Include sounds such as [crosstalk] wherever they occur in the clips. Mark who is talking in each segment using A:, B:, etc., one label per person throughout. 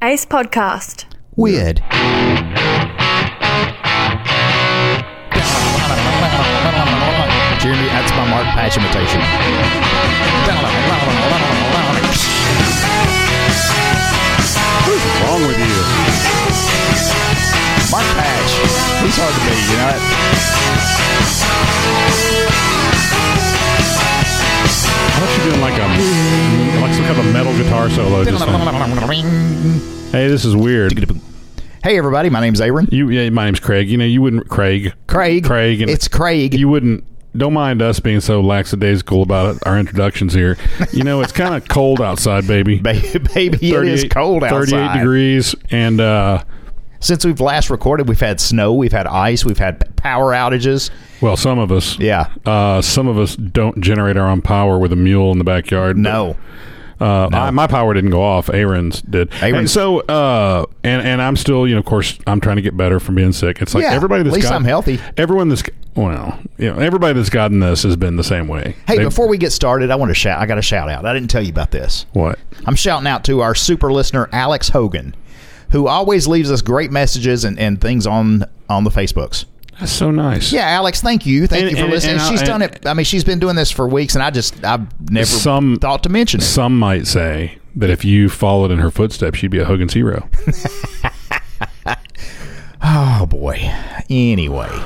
A: Space Podcast.
B: Weird.
C: Jeremy, that's my Mark Patch imitation.
D: What's wrong with you?
C: Mark Patch. He's hard to beat, you know that?
D: Why don't you doing like a like some kind of a metal guitar solo? Just like, hey, this is weird.
C: Hey, everybody. My name's Aaron.
D: You, yeah, my name's Craig. You know, you wouldn't Craig.
C: Craig.
D: Craig.
C: It's Craig.
D: You wouldn't. Don't mind us being so lackadaisical about it, our introductions here. You know, it's
C: [laughs]
D: kind of cold outside, baby.
C: [laughs] Ba- Baby, it is
D: 38
C: cold outside.
D: 38 degrees, and uh,
C: Since we've last recorded, we've had snow, we've had ice, we've had p- power outages.
D: well, some of us,
C: Yeah.
D: uh, some of us don't generate our own power with a mule in the backyard.
C: No.
D: Uh, I, my power didn't go off. Aaron's did. and
C: Aaron's-
D: so, uh, and and I'm still, you know, of course, I'm trying to get better from being sick. It's like
C: Yeah,
D: everybody
C: at
D: that's
C: least
D: got-
C: I'm healthy.
D: Everyone that's well, you know, everybody that's gotten this has been the same way.
C: Hey,
D: They-
C: before we get started, I want to shout. I got a shout out. I didn't tell you about this.
D: what?
C: I'm shouting out to our super listener Alex Hogan, who always leaves us great messages and, and things on on the Facebooks.
D: That's so nice.
C: Yeah, Alex, thank you, thank
D: And-
C: you for
D: and-
C: listening.
D: and I-
C: she's done
D: and-
C: it. I mean, she's been doing this for weeks, and I just I've never
D: Some-
C: thought to mention it.
D: Some might say that if you followed in her footsteps, you'd be a
C: [laughs]
D: Hogan's hero.
C: Oh boy. Anyway.
D: [sighs]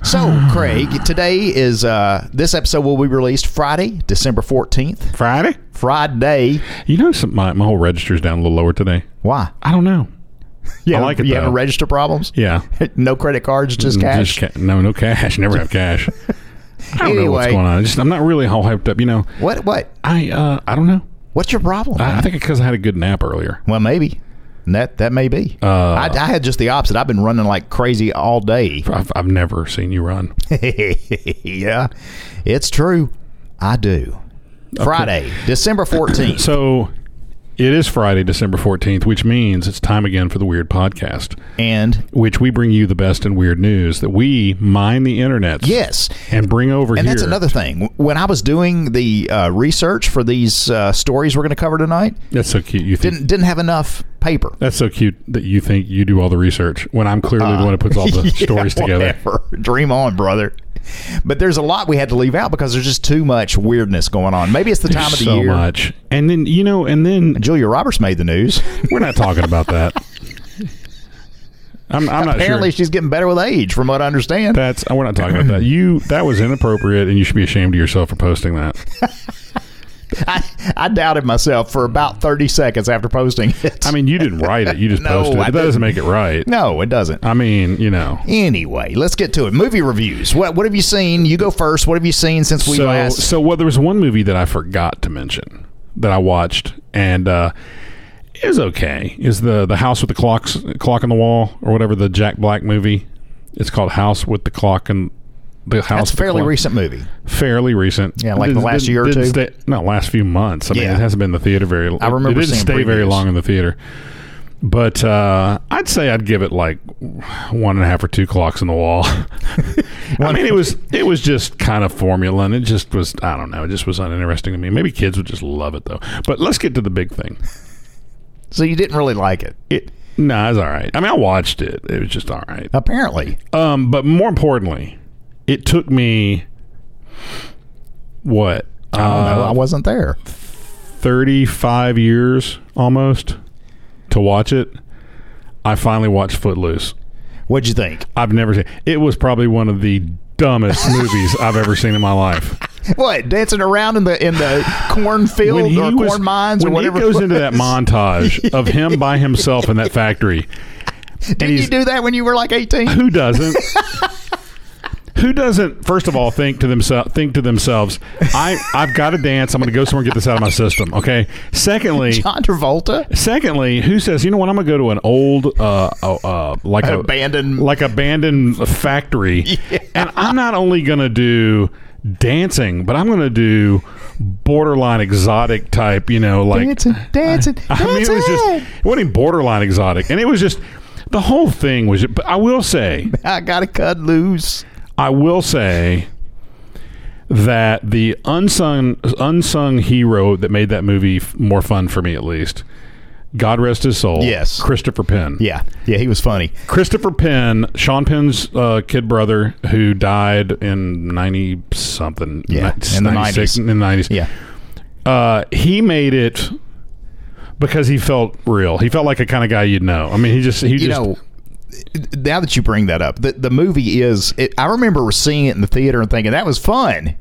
C: So, Craig, today is uh, this episode will be released Friday, December 14th.
D: Friday.
C: Friday.
D: You know, some, my my whole register's down a little lower today.
C: Why?
D: I don't know.
C: Yeah,
D: I like it.
C: You
D: though.
C: having register problems?
D: Yeah.
C: [laughs]
D: Mm,
C: no credit cards, just cash.
D: Just ca- no, no cash. [laughs] Never have cash. I don't know what's
C: Anyway.
D: going on. It's Just, I'm not really all hyped up. You know,
C: what what?
D: I uh, I don't know.
C: What's your problem?
D: I, I think because I had a good nap earlier.
C: well, maybe. And That that may be.
D: Uh.
C: I, I had just the opposite. I've been running like crazy all day. [laughs]
D: I've, I've never seen you run.
C: yeah, it's true. I do. Friday, December
D: [clears throat]
C: fourteenth.
D: So it is Friday, December 14th, which means it's time again for the Weird Podcast,
C: and
D: which we bring you the best and weird news that we mine the internet.
C: yes,
D: And bring over
C: and
D: here.
C: that's another thing. When I was doing the uh, research for these uh, stories we're going to cover tonight,
D: That's so cute. You think.
C: didn't didn't have enough paper.
D: that's so cute that you think you do all the research when I'm clearly the one who puts all the
C: [laughs] Yeah,
D: stories together.
C: whatever. Dream on, brother. But there's a lot we had to leave out because there's just too much weirdness going on. Maybe it's the time of the
D: so
C: year.
D: much. And then, you know, and then
C: Julia Roberts made the news.
D: We're not talking
C: [laughs]
D: about that. I'm, I'm not
C: Apparently,
D: sure.
C: she's getting better with age, from what I understand.
D: That's uh, we're not talking
C: [laughs]
D: about that. You that was inappropriate, and you should be ashamed of yourself for posting that.
C: I, I doubted myself for about 30 seconds after posting it.
D: I mean, you didn't write it; you
C: [laughs]
D: just
C: No,
D: posted it.
C: I
D: But that doesn't
C: didn't.
D: make it right.
C: no, it doesn't.
D: I mean, you know.
C: Anyway, let's get to it. Movie reviews. What what have you seen? You go first. What have you seen since we
D: so
C: last?
D: so well, there was one movie that I forgot to mention that I watched, and uh, it was okay. Is the the house with the clocks clock on the wall or whatever the Jack Black movie? It's called House with the Clock and the House.
C: That's a
D: with the
C: fairly
D: Clock.
C: recent movie.
D: fairly recent.
C: Yeah, like the last year or
D: didn't
C: two?
D: Stay, no, last few months. I mean,
C: Yeah.
D: it hasn't been in the theater very.
C: I remember
D: it didn't
C: seeing
D: stay very
C: previews.
D: long in the theater. But uh, I'd say I'd give it like one and a half or two clocks in the wall. [laughs] I mean, it was it was just kind of formula, and it just was I don't know, it just was uninteresting to me. Maybe kids would just love it though. But let's get to the big thing.
C: So you didn't really like it,
D: It no, nah, it's all right. I mean, I watched it. It was just all right.
C: apparently.
D: Um, but more importantly, it took me what
C: I don't know.
D: uh,
C: Oh, I wasn't there.
D: 35 years almost to watch it. I finally watched Footloose.
C: What'd you think?
D: I've never seen it was probably one of the
C: [laughs]
D: dumbest movies I've ever seen in my life.
C: What dancing around in the in
D: [sighs]
C: the cornfield or corn mines
D: when
C: or whatever?
D: he goes
C: it
D: into that
C: was? [laughs]
D: montage of him by himself in that factory. and
C: Didn't you
D: he's-
C: do that when you were like
D: [laughs]
C: eighteen? [laughs]
D: who doesn't who doesn't first of all think to themselves think to themselves i i've got to dance i'm going to go somewhere and get this out of my system okay
C: [laughs]
D: secondly
C: John Travolta.
D: Secondly, who says you know what? I'm gonna go to an old, uh, uh, uh like a
C: Abandoned-
D: like abandoned factory, and I'm not only gonna do dancing, but I'm gonna do borderline exotic type. You know, like
C: Dancing, dancing,
D: [laughs] I mean, it was just
C: dancing.
D: it wasn't even borderline exotic, and it was just the whole thing was. But I will say,
C: I gotta cut loose.
D: I will say that the unsung unsung hero that made that movie f- more fun for me, at least, God rest his soul.
C: Yes.
D: Christopher Penn.
C: Yeah, yeah, he was funny.
D: Christopher Penn, Sean Penn's uh, kid brother, who died in ninety something.
C: Yeah,
D: ni-
C: in the
D: 96,
C: 90s.
D: In the nineties.
C: Yeah,
D: Uh, he made it because he felt real. He felt like a kind of guy you'd know. I mean, he just he
C: you
D: just
C: know. Now that you bring that up, the the movie is. It, I remember seeing it in the theater and thinking that was fun.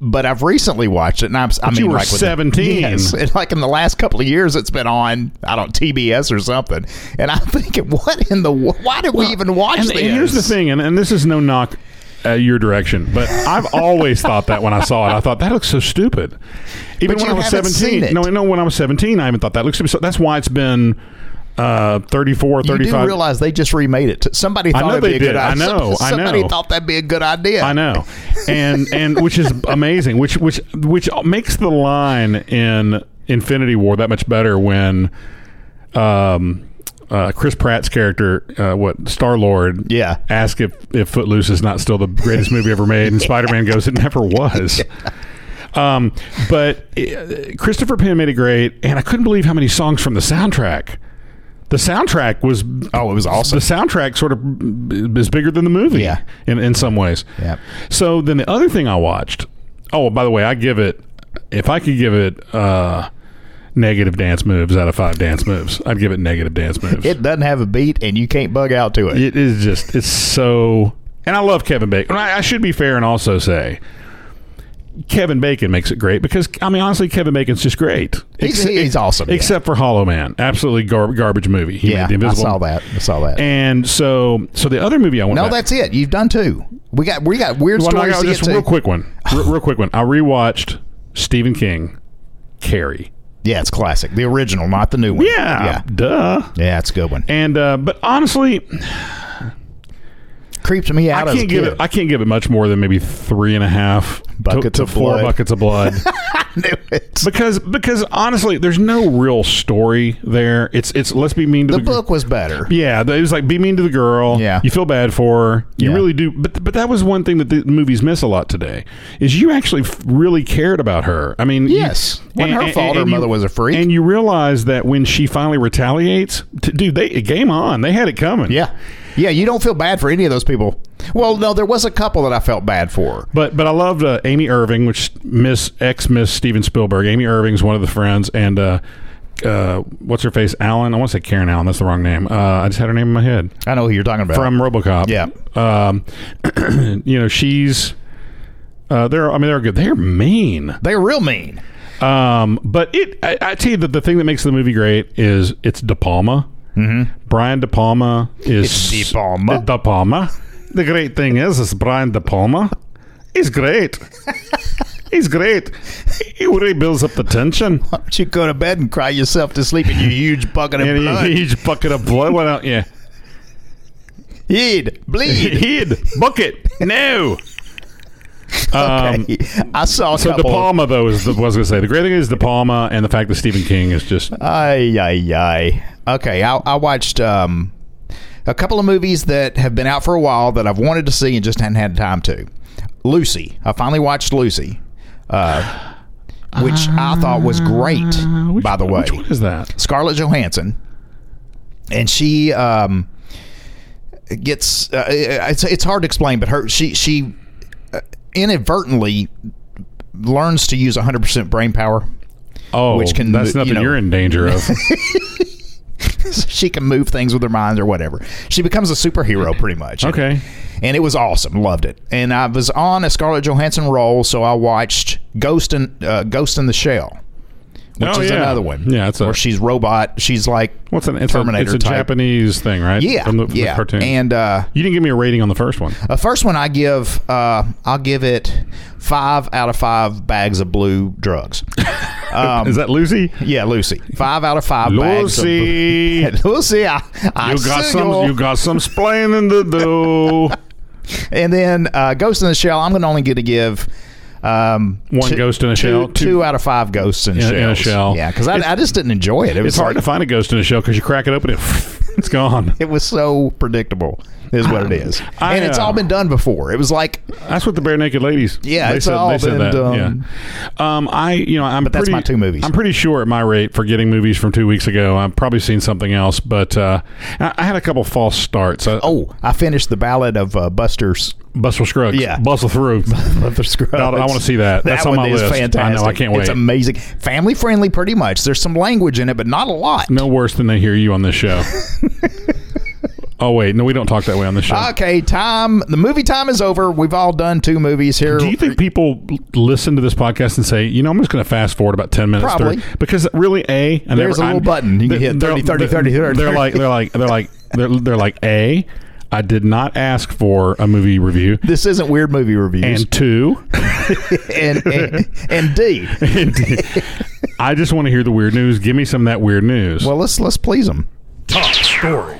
C: But I've recently watched it, and I'm, I mean,
D: you were
C: like with
D: 17.
C: yes, and like in the last couple of years, it's been on I don't TBS or something, and I'm thinking, [laughs] what in the wo- why did we even watch
D: And,
C: this?
D: and here's the thing, and, and this is no knock at your direction,
C: [laughs]
D: but I've always thought that when I saw it, I thought that looks so stupid. Even
C: But
D: when
C: you
D: I was
C: haven't
D: seventeen,
C: seen it.
D: no, no, when I was seventeen, I even thought that looks stupid. So that's why it's been uh, 34,
C: You
D: 35.
C: do realize they just remade it. Somebody
D: know
C: thought it'd be
D: they
C: a good
D: did. I
C: idea.
D: know, I
C: Somebody
D: know.
C: thought that'd be a good idea.
D: I know, and and which is amazing, which which which makes the line in Infinity War that much better when, um, uh, Chris Pratt's character, uh, what Star Lord,
C: Yeah.
D: ask if if Footloose is not still the greatest movie ever made,
C: [laughs]
D: and Spider Man goes, it never was. Um, but uh, Christopher Penn made it great, and I couldn't believe how many songs from the soundtrack. The soundtrack was
C: Oh, it was awesome.
D: the soundtrack sort of is bigger than the movie
C: Yeah.
D: in, in some ways.
C: Yeah.
D: So then the other thing I watched. Oh, by the way, I give it. If I could give it uh, negative dance moves out of five dance moves, I'd give it negative dance moves.
C: It doesn't have a beat, and you can't bug out to it.
D: it is just it's so. And I love Kevin Bacon. And I, I should be fair and also say. Kevin Bacon makes it great because I mean honestly, Kevin Bacon's just great.
C: He's-
D: Exce-
C: he's awesome, yeah.
D: Except for Hollow Man, absolutely gar- garbage movie. He
C: yeah,
D: made the
C: I
D: Invisible
C: saw that. I saw that.
D: and so, so the other movie I want.
C: no,
D: back,
C: that's it. You've done two. We got we got weird
D: well, no, I
C: stories
D: got
C: to get
D: just
C: to.
D: real
C: [sighs]
D: quick one, real, real quick one. I rewatched Stephen King, Carrie.
C: Yeah, it's classic. The original, not the new one.
D: Yeah, duh.
C: yeah, yeah, it's a good one.
D: And uh, but honestly,
C: Creeps me
D: I
C: out. as a
D: can't give
C: kid. [laughs]
D: it. I can't give it much more than maybe three and a half to-
C: Buckets
D: to,
C: of
D: four
C: blood.
D: buckets
C: [laughs]
D: of blood.
C: knew it.
D: because because honestly, there's no real story there. It's it's let's be mean to the,
C: The book was better.
D: Yeah, it was like be mean to the girl.
C: Yeah.
D: you feel bad for her. You
C: Yeah.
D: really do. But but that was one thing that the movies miss a lot today is you actually f- really cared about her. I mean, you-
C: Yes. Wasn't her fault her mother was a freak.
D: and you realize that when she finally retaliates, t- dude, they game on. They had it coming.
C: Yeah, yeah. You don't feel bad for any of those people. Well, no, there was a couple that I felt bad for.
D: But but I loved uh, Amy Irving, which Miss ex Miss Steven Spielberg. Amy Irving's one of the friends, and uh, uh, what's her face? Alan. I want to say Karen Allen. That's the wrong name. Uh, I just had her name in my head.
C: I know who you're talking about.
D: from RoboCop.
C: Yeah.
D: Um, [clears throat] you know, she's uh, they're I mean they're good. They're mean.
C: They're real mean.
D: Um, but it I, I tell you that the thing that makes the movie great is it's De Palma. Mm-hmm. Brian De Palma is
C: It's De Palma.
D: De Palma. The great thing is, is Brian De Palma. He's great. He's great. He really builds up the tension.
C: Why don't you go to bed and cry yourself to sleep in your huge
D: [laughs]
C: bucket of
D: And
C: blood?
D: he, he's bucket of blood went
C: [laughs]
D: out. Yeah.
C: He'd bleed.
D: [laughs] He'd bucket. No. Um,
C: I saw a
D: So De
C: couple.
D: Palma, though, is the, what I was going to say. The great thing is De Palma and the fact that Stephen King is just
C: Ay, ay, ay. Okay, I, I watched um, a couple of movies that have been out for a while that I've wanted to see and just hadn't had time to. Lucy. I finally watched Lucy,
D: [gasps]
C: uh, which I thought was great,
D: Uh, which-
C: by the way.
D: Which one is that?
C: Scarlett Johansson, and she um, gets. Uh, it's it's hard to explain, but her she she uh, inadvertently learns to use 100% brain power.
D: Oh,
C: Which can-
D: that's
C: you
D: nothing
C: know.
D: you're in danger
C: [laughs]
D: of.
C: she can move things with her mind or whatever. She becomes a superhero pretty much.
D: Okay.
C: And it was awesome. Loved it. And I was on a Scarlett Johansson roll, so I watched Ghost in uh, Ghost in the Shell, which
D: Oh,
C: is
D: yeah.
C: another one.
D: Yeah, it's a-
C: where she's robot. She's like
D: What's an it's
C: Terminator
D: A, it's a
C: type.
D: Japanese thing, right?
C: yeah,
D: From the, from the
C: yeah.
D: cartoon.
C: And uh,
D: you didn't give me a rating on the first one.
C: the first one I give, uh, I'll give it five out of five bags of blue
D: [laughs]
C: drugs.
D: is that Lucy?
C: Um, Yeah, Lucy, five out of five bags. of blue- [laughs]
D: Lucy, you
C: Lucy, I, I
D: got
C: see
D: some.
C: you.
D: You got some splaining to
C: [laughs]
D: do.
C: And then uh, Ghost in the Shell, I'm gonna only going to give um,
D: One Ghost in a
C: two-
D: Shell,
C: two,
D: two-
C: out of five ghosts in,
D: in a
C: shells.
D: shell.
C: Yeah, because I, I just didn't enjoy it. It was
D: It's hard
C: like-
D: [laughs] to find a ghost in a shell because you crack it open, it, it's gone.
C: It was so predictable. is what it is.
D: I,
C: and it's
D: uh,
C: all been done before. It was like
D: That's what the bare naked ladies.
C: Yeah,
D: they
C: it's
D: said,
C: all
D: they said
C: been
D: that.
C: done.
D: Yeah. Um, I you know I'm. But
C: that's
D: pretty,
C: my two movies.
D: I'm pretty sure at my rate for getting movies from two weeks ago, I've probably seen something else. But uh, I, I had a couple false starts. I,
C: oh, I finished the ballad of uh, Buster's.
D: Bustle Scruggs.
C: Yeah. [laughs]
D: bustle through.
C: Buster
D: [laughs]
C: Scruggs.
D: I want to see that. That's
C: that
D: on
C: one
D: my
C: is
D: list.
C: fantastic.
D: I know. I can't
C: It's
D: wait.
C: amazing. Family friendly, pretty much. There's some language in it, but not a lot.
D: no worse than they hear you on
C: [laughs]
D: this show. oh wait, no, we don't talk that way on this show.
C: Okay, time. The movie time is over. We've all done two movies here.
D: Do you think people l- listen to this podcast and say, you know, I'm just going to fast forward about 10 minutes?
C: Probably.
D: through- because really, A, and
C: There's a little button. You can hit 30, 30, 30, 30.
D: They're like, they're like, they're like, they're, they're like, A, I did not ask for a movie review.
C: this isn't weird movie reviews.
D: And two, [laughs]
C: [laughs] And and, and, D.
D: and D, I just want to hear the weird news. Give me some of that weird news.
C: Well, let's let's please them.
D: top story.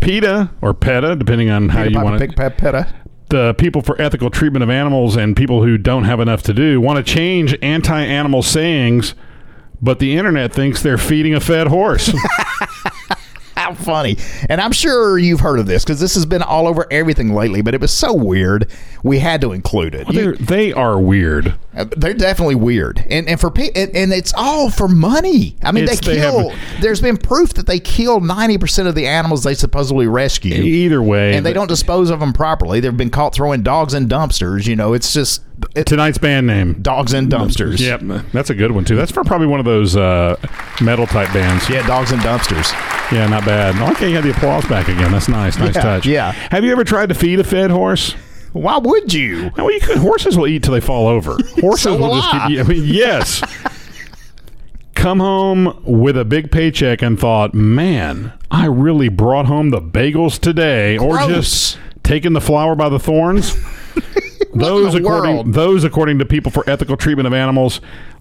D: PETA or PETA, depending on how you want
C: Big
D: it.
C: Pepetta.
D: The people for ethical treatment of animals and people who don't have enough to do want to change anti animal sayings, but the internet thinks they're feeding a
C: [laughs]
D: fed horse.
C: How funny. And I'm sure you've heard of this because this has been all over everything lately, but it was so weird, we had to include it. You-
D: They're- they are weird.
C: uh, they're definitely weird. And and for pe- and, and it's all for money. I mean, they
D: It's- they have-
C: kill. there's been proof that they kill 90% of the animals they supposedly rescue.
D: Either way,
C: and they don't dispose of them properly. They've been caught throwing dogs in dumpsters. You know, it's just it,
D: Tonight's band name.
C: dogs in dumpsters.
D: Yep, that's a good one too. That's for probably one of those uh, metal type bands.
C: Yeah, dogs in dumpsters.
D: yeah, not bad. I like how you had the applause back again. That's nice, nice
C: Yeah,
D: touch.
C: yeah.
D: Have you ever tried to feed a fed horse?
C: Why would you?
D: Well, you could, horses will eat till they fall over.
C: [laughs]
D: Horses
C: So
D: will,
C: will
D: just
C: I.
D: keep. I mean, yes.
C: [laughs]
D: Come home with a big paycheck and thought, man, I really brought home the bagels today, or
C: Gross.
D: just taking the flower by
C: [laughs]
D: the thorns. those
C: the
D: according
C: world?
D: those according to people for ethical treatment of animals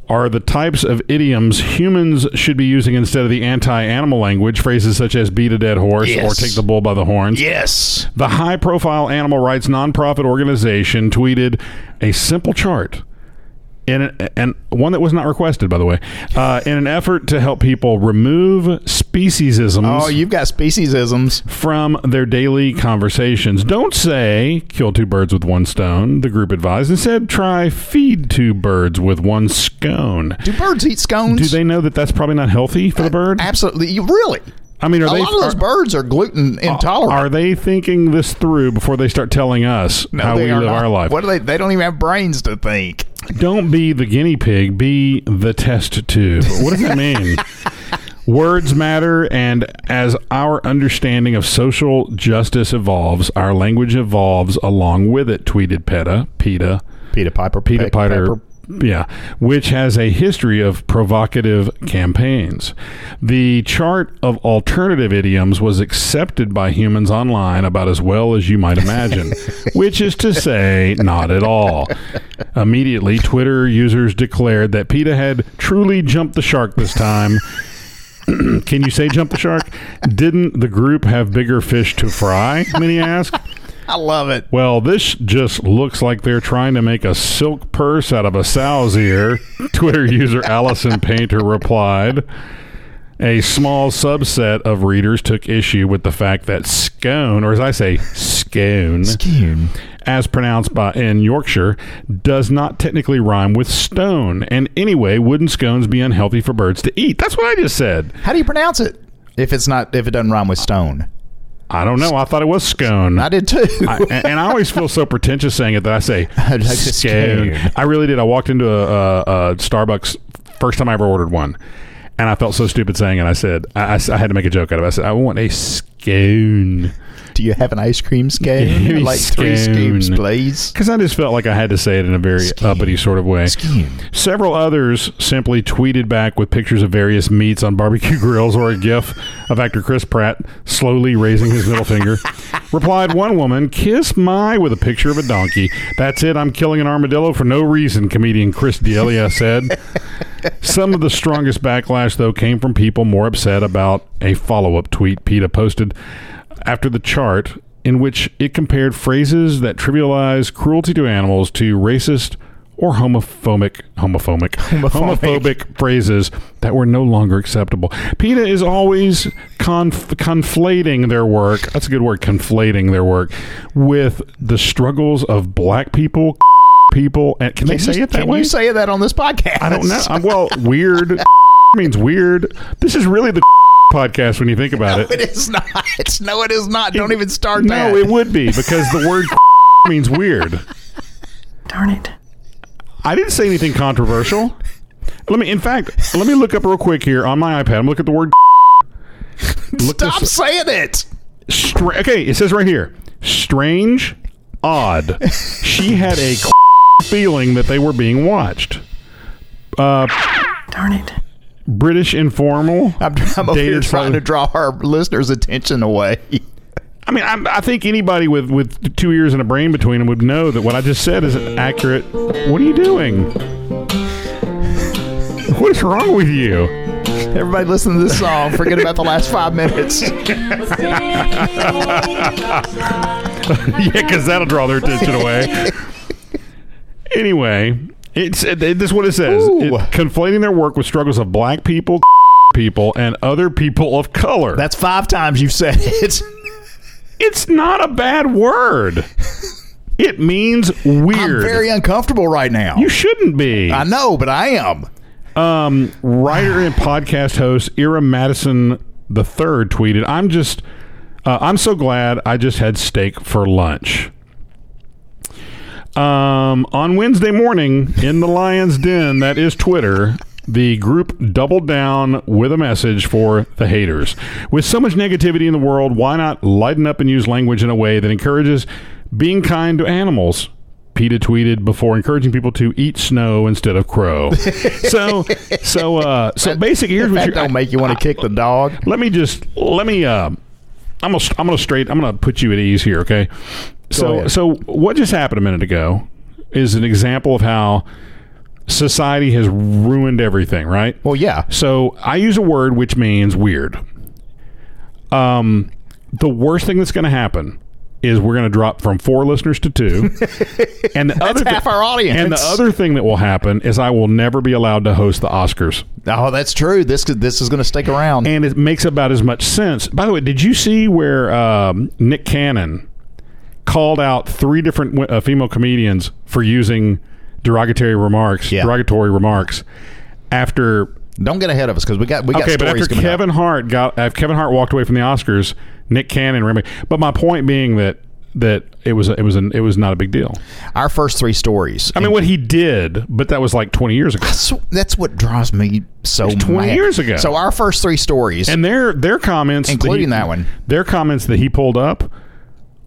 D: are the types of idioms humans should be using instead of the anti-animal language phrases such as beat a dead horse
C: Yes.
D: or take the bull by the horns.
C: Yes.
D: The high profile animal rights nonprofit organization tweeted a simple chart. In an, and one that was not requested, by the way, uh, in an effort to help people remove speciesisms
C: Oh, you've got speciesisms.
D: from their daily conversations. Don't say kill two birds with one stone, the group advised. Instead, try feed two birds with one scone.
C: Do birds eat scones?
D: Do they know that that's probably not healthy for the bird?
C: Absolutely. You, really?
D: I mean, are
C: A
D: they
C: lot of those
D: are-
C: birds are gluten intolerant.
D: Are they thinking this through before they start telling us
C: No,
D: how
C: they
D: we
C: are
D: live
C: not.
D: our life?
C: What do they? They don't even have brains to think.
D: Don't be the guinea pig, be the test tube. What does that mean? Words matter, and as our understanding of social justice evolves, our language evolves along with it, tweeted PETA, PETA,
C: Peter Piper.
D: PETA
C: Peck-
D: Piter,
C: Pepper.
D: yeah, which has a history of provocative campaigns. The chart of alternative idioms was accepted by humans online about as well as you might imagine, which is to say, not at all. Immediately, Twitter users declared that PETA had truly jumped the shark this time. [clears throat] Can you say jump the shark? Didn't the group have bigger fish to fry? Many ask.
C: I love it.
D: Well, this just looks like they're trying to make a silk purse out of a sow's ear, [laughs] Twitter user Allison Painter replied. A small subset of readers took issue with the fact that scone, or as I say, scone, as pronounced by in Yorkshire, does not technically rhyme with stone. And anyway, wooden scones be unhealthy for birds to eat. That's what I just said.
C: How do you pronounce it? If it's not, if it doesn't rhyme with stone,
D: I don't know. I thought it was scone.
C: I did too.
D: I, and, and I always feel so pretentious saying it that I say
C: I'd like to
D: scone.
C: scone.
D: I really did. I walked into a, a, a Starbucks first time I ever ordered one, and I felt so stupid saying it. I said I, I s- I had to make a joke out of it. I said I want a scone
C: [laughs] do you have an ice cream
D: Give me
C: scone? like three
D: scone.
C: scoops, please.
D: because I just felt like I had to say it in a very
C: Scone.
D: uppity sort of way.
C: Scone.
D: Several others simply tweeted back with pictures of various meats on barbecue [laughs] grills or a gif of actor Chris Pratt slowly raising his middle finger. Replied one woman, Kiss my with a picture of a donkey. That's it, I'm killing an armadillo for no reason, comedian Chris D'Elia said. Some of the strongest backlash, though, came from people more upset about a follow up tweet PETA posted after the chart in which it compared phrases that trivialize cruelty to animals to racist or homophobic homophobic
C: Homophobic.
D: homophobic phrases that were no longer acceptable. PETA is always conf- conflating their work. That's a good word, conflating their work with the struggles of black people, [laughs] people, and can, they
C: Can
D: say
C: you,
D: it that
C: can
D: way?
C: you say that on this podcast?
D: I don't know. I'm, well, [laughs] weird means weird. This is really the [laughs] podcast when you think about
C: No,
D: it.
C: it is not. No, it is not. Don't even start that.
D: No, it would be because the [laughs] word means weird.
A: Darn it.
D: I didn't say anything controversial. Let me, in fact, let me look up real quick here on my iPad. I'm looking at the [laughs] word. Look
C: Stop
D: this-
C: saying it.
D: Stra- okay, it says right here, strange, odd. She had a [laughs] feeling that they were being watched. Uh,
A: Darn it.
D: British informal.
C: I'm, I'm over here trying
D: Dated slightly-
C: to draw our listeners' attention away.
D: I mean, I'm, I think anybody with, with two ears and a brain between them would know that what I just said is an accurate. What are you doing? [laughs] What is wrong with you? [laughs]
C: Everybody listen to this song. Forget about the last five minutes.
D: yeah, because that'll draw their
C: [laughs]
D: attention away. anyway, it's it, it- this is what it says:
C: Ooh.
D: It- conflating their work with struggles of black people, [laughs] people, and other people of color.
C: That's five times you've said it.
D: it's not a bad
C: [laughs]
D: word. It means
C: I'm
D: weird.
C: very uncomfortable right now.
D: you shouldn't be.
C: I know, but I am.
D: Um, writer and podcast host Ira Madison the third tweeted, "I'm just, uh, I'm so glad I just had steak for lunch." Um, on Wednesday morning in the Lions Den, that is Twitter. The group doubled down with a message for the haters. With so much negativity in the world, why not lighten up and use language in a way that encourages being kind to animals? PETA tweeted before encouraging people to eat snow instead
C: [laughs]
D: of crow. so, so, uh, so basically, here's what
C: That
D: you're.
C: don't make you want to kick the dog.
D: Let me just let me. Uh, I'm gonna I'm gonna straight. I'm gonna put you at ease here. Okay. so
C: ahead.
D: so what just happened a minute ago is an example of how society has ruined everything. Right.
C: Well, yeah.
D: So I use a word which means weird. Um, the worst thing that's going to happen is we're going to drop from four listeners to two,
C: [laughs]
D: and the other
C: half our audience.
D: And the other thing that will happen is I will never be allowed to host the Oscars
C: Oh, that's true. This could- this is going to stick around.
D: and it makes about as much sense. By the way, did you see where um, Nick Cannon called out three different wi- uh, female comedians for using derogatory remarks?
C: Yeah.
D: Derogatory remarks after.
C: don't get ahead of us because we got we got
D: Okay, but
C: stories
D: after
C: coming up.
D: Kevin Hart got, if Kevin Hart walked away from the Oscars, Nick Cannon. Remember, but my point being that that it was a- it was an, it was not a big deal.
C: Our first three stories.
D: I mean, what he did, but that was like twenty years ago.
C: That's, that's what drives me so
D: 20
C: mad.
D: years ago.
C: So our first three stories.
D: And their their comments, he-
C: Including that one.
D: their comments that he pulled up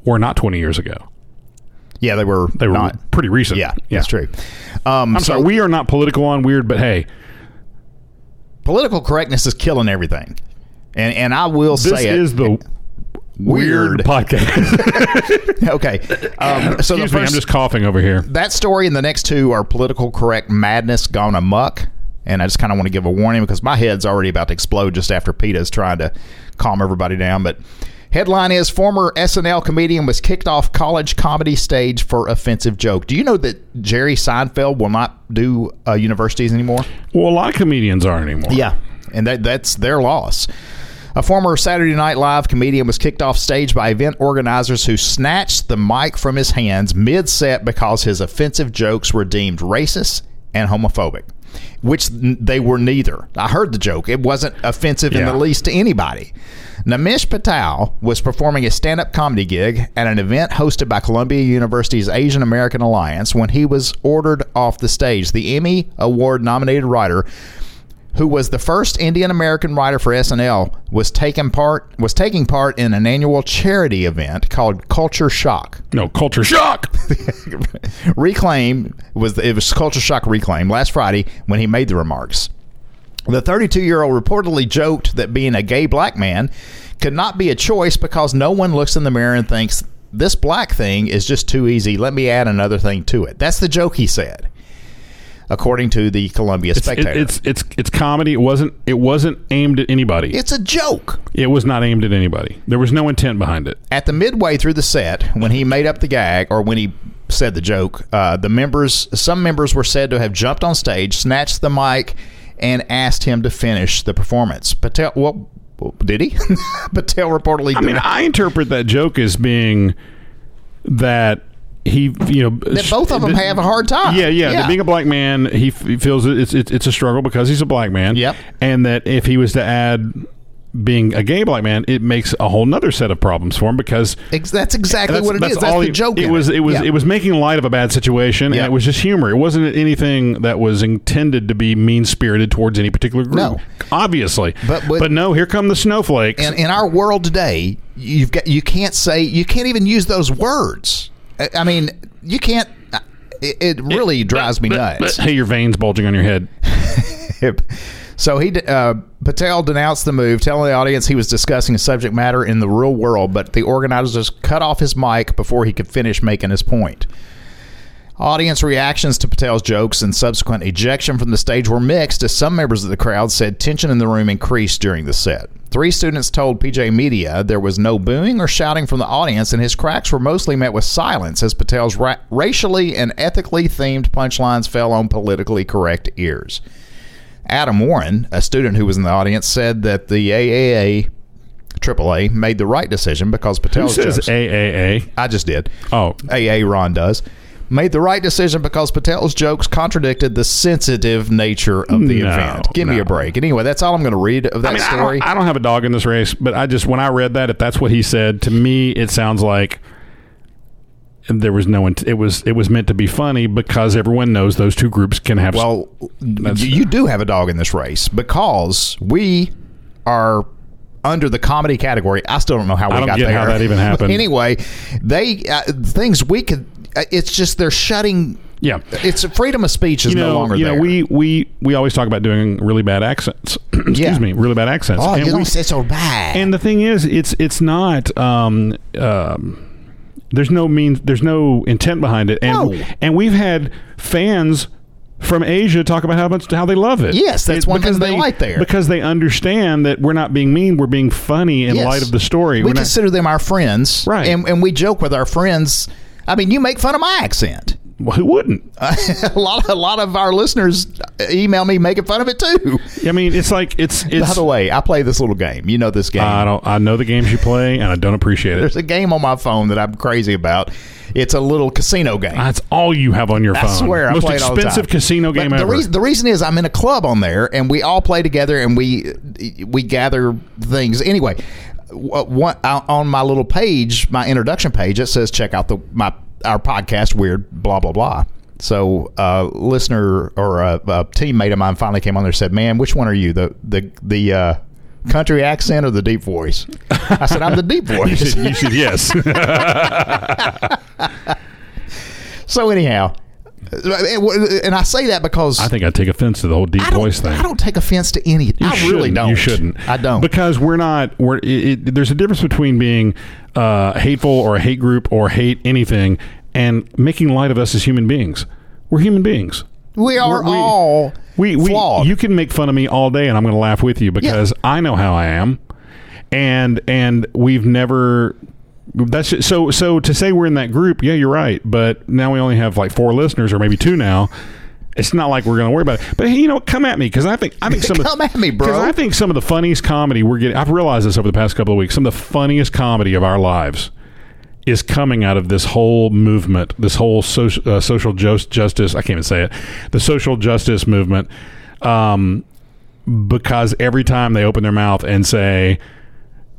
D: were not twenty years ago.
C: yeah, they were
D: They were
C: not.
D: pretty recent.
C: Yeah, that's true. Um,
D: I'm
C: so
D: sorry, we are not political on weird, but hey,
C: political correctness is killing everything. And and I will
D: this
C: say it
D: is the weird, podcast.
C: [laughs] okay. Um, so the
D: Excuse me, I'm
C: first,
D: just coughing over here.
C: that story and the next two are political correct madness gone amuck. And I just kind of want to give a warning because my head's already about to explode just after PETA is trying to calm everybody down. But headline is former SNL comedian was kicked off college comedy stage for offensive joke. Do you know that Jerry Seinfeld will not do uh, universities anymore?
D: Well, a lot of comedians aren't anymore.
C: Yeah, and that that's their loss. A former Saturday Night Live comedian was kicked off stage by event organizers who snatched the mic from his hands mid set because his offensive jokes were deemed racist and homophobic, which n- they were neither. I heard the joke. It wasn't offensive in
D: Yeah.
C: the least to anybody. Namish Patel was performing a stand up comedy gig at an event hosted by Columbia University's Asian American Alliance when he was ordered off the stage. The Emmy Award nominated writer who was the first Indian American writer for SNL, was taking part was taking part in an annual charity event called Culture Shock.
D: No,
C: [laughs]
D: culture shock.
C: Reclaim was it was Culture Shock Reclaim last Friday when he made the remarks. The 32 year old reportedly joked that being a gay black man could not be a choice because no one looks in the mirror and thinks this black thing is just too easy. Let me add another thing to it. That's the joke he said, according to the Columbia
D: It,
C: Spectator.
D: it's it's it's comedy. It wasn't it wasn't aimed at anybody.
C: it's a joke.
D: It was not aimed at anybody. There was no intent behind it.
C: At the midway through the set, when he made up the gag or when he said the joke. Uh, the members, some members were said to have jumped on stage, snatched the mic, and asked him to finish the performance. Patel, well, well, did he? [laughs] Patel reportedly.
D: I mean, I interpret that joke as being that he, you know,
C: that both of them
D: that-
C: have a hard time.
D: Yeah, yeah. that Being a black man, he f- he feels it- it's, it's it's a struggle because he's a black man.
C: Yep.
D: And that if he was to add being a gay black man, it makes a whole nother set of problems for him because
C: Ex- that's exactly
D: that's,
C: what it
D: that's
C: is. That's
D: all
C: the
D: he-
C: joke.
D: It
C: in
D: was it was
C: Yeah.
D: it was making light of a bad situation,
C: Yeah.
D: and it was just humor. It wasn't anything that was intended to be mean spirited towards any particular group.
C: No.
D: obviously.
C: But- but-
D: no, here come the snowflakes.
C: in, in our world today, you've got you can't say you can't even use those words. I, I mean, you can't. I- It, it really drives me nuts.
D: hey, your veins bulging on your head.
C: so he uh, Patel denounced the move, telling the audience he was discussing a subject matter in the real world, but the organizers cut off his mic before he could finish making his point. Audience reactions to Patel's jokes and subsequent ejection from the stage were mixed as some members of the crowd said tension in the room increased during the set. Three students told PJ Media there was no booing or shouting from the audience, and his cracks were mostly met with silence as Patel's ra- racially and ethically themed punchlines fell on politically correct ears. Adam Warren, a student who was in the audience, said that the AAA, AAA, made the right decision because
D: Who
C: Patel's
D: says
C: jokes-
D: AAA?
C: I just did.
D: Oh,
C: AA Ron does, made the right decision because Patel's jokes contradicted the sensitive nature of the
D: No,
C: event. Give me
D: no.
C: a break. And Anyway, that's all I'm going to read of that
D: I mean, I
C: story.
D: don't, I don't have a dog in this race, but I just when I read that, if that's what he said, to me it sounds like there was no. Int- it was it was meant to be funny because everyone knows those two groups can have.
C: well, you, you do have a dog in this race because we are under the comedy category. I still don't know how we
D: don't
C: got
D: get
C: there.
D: how
C: [laughs]
D: that even happened.
C: anyway, they uh, things we could. Uh, it's just they're shutting.
D: yeah.
C: It's freedom of speech is
D: You know,
C: no longer
D: you know,
C: there.
D: we we we always talk about doing really bad accents. [clears throat] Excuse
C: Yeah.
D: me, really bad accents.
C: oh, you
D: and,
C: don't say so bad.
D: and the thing is, it's it's not. Um, um, there's no mean. There's no intent behind it, and
C: No.
D: and we've had fans from Asia talk about how much how they love it.
C: Yes, that's one
D: because
C: thing they like there.
D: because they understand that we're not being mean. We're being funny in
C: Yes.
D: light of the story.
C: We
D: We're not-
C: consider them our friends,
D: Right.
C: And, and we joke with our friends. I mean, you make fun of my accent. [laughs]
D: Well, who wouldn't?
C: Uh, a lot, a lot of our listeners email me making fun of it too.
D: I mean, it's like it's it's.
C: By the way, I play this little game. You know this game.
D: I don't. I know the games you play, and I don't appreciate it.
C: There's a game on my phone that I'm crazy about. It's a little casino game.
D: That's all you have on your
C: I
D: phone.
C: swear,
D: most
C: I play it all the
D: expensive
C: time.
D: casino
C: But
D: game
C: the
D: ever.
C: reas- the reason is I'm in a club on there, and we all play together, and we we gather things. Anyway, wh- one, on on my little page, my introduction page, it says check out the my our podcast, weird blah blah blah. So, a listener or a, a teammate of mine finally came on there and said, "Man, which one are you? The the the uh, country accent or the deep voice?" I said, "I'm the deep
D: [laughs] you
C: voice."
D: should, you
C: [laughs]
D: should yes.
C: [laughs] so anyhow, and I say that because
D: I think I take offense to the whole deep
C: I don't,
D: voice thing.
C: I don't take offense to any.
D: You
C: I really
D: shouldn't.
C: don't.
D: You shouldn't.
C: I don't.
D: because we're not. We're it, it, there's a difference between being uh, hateful or a hate group or hate anything and making light of us as human beings. We're human beings.
C: we are
D: we're- we-
C: all
D: We, we
C: flawed.
D: you can make fun of me all day and I'm going to laugh with you because I know how I am. And and we've never that's just, so so to say we're in that group, yeah, you're right, but now we only have like four listeners or maybe two now. It's not like we're going to worry about it. But hey, you know, come at me cuz I think I think some
C: [laughs]
D: of-
C: Come at me, bro.
D: 'cause I think some of the funniest comedy we're getting I've realized this over the past couple of weeks, some of the funniest comedy of our lives is coming out of this whole movement, this whole social, uh, social jo- justice. I can't even say it. The social justice movement, um, because every time they open their mouth and say.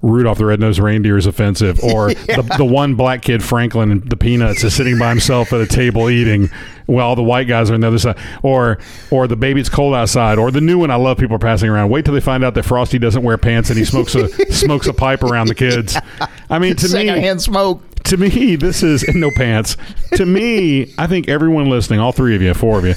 D: Rudolph the Red-Nosed Reindeer is offensive, or the, the one black kid Franklin and the Peanuts is sitting by himself at a table eating, while all the white guys are on the other side, or or the baby it's cold outside, or the new one I love people are passing around. Wait till they find out that Frosty doesn't wear pants and he smokes a smokes a pipe around the kids. I mean, to me,
C: secondhand smoke.
D: to me, this is [laughs] and no pants. to me, I think everyone listening, all three of you, four of you,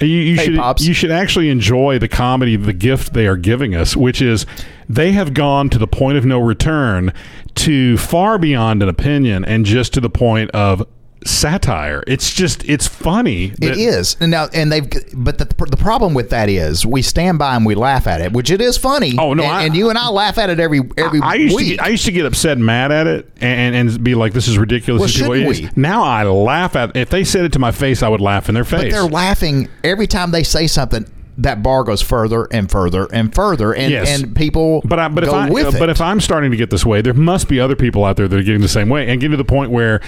D: you, you should
C: Pops.
D: you should actually enjoy the comedy, the gift they are giving us, which is they have gone to the point of no return, to far beyond an opinion, and just to the point of satire. It's just it's funny.
C: It
D: that-
C: is and now, and they've. But the, the problem with that is, we stand by and we laugh at it, which it is funny.
D: Oh, no,
C: and,
D: I-
C: and you and I laugh at it every every
D: I used, to
C: week.
D: get, I used to get upset and mad at it and, and be like, this is ridiculous.
C: Well,
D: This is what
C: shouldn't
D: it is.
C: we?
D: Now I laugh at If they said it to my face, I would laugh in their face.
C: but they're laughing every time they say something. That bar goes further and further and further, and
D: Yes.
C: and people
D: But I, but
C: go
D: if I, uh,
C: with it.
D: but if I'm starting to get this way, there must be other people out there that are getting the same way and getting to the point where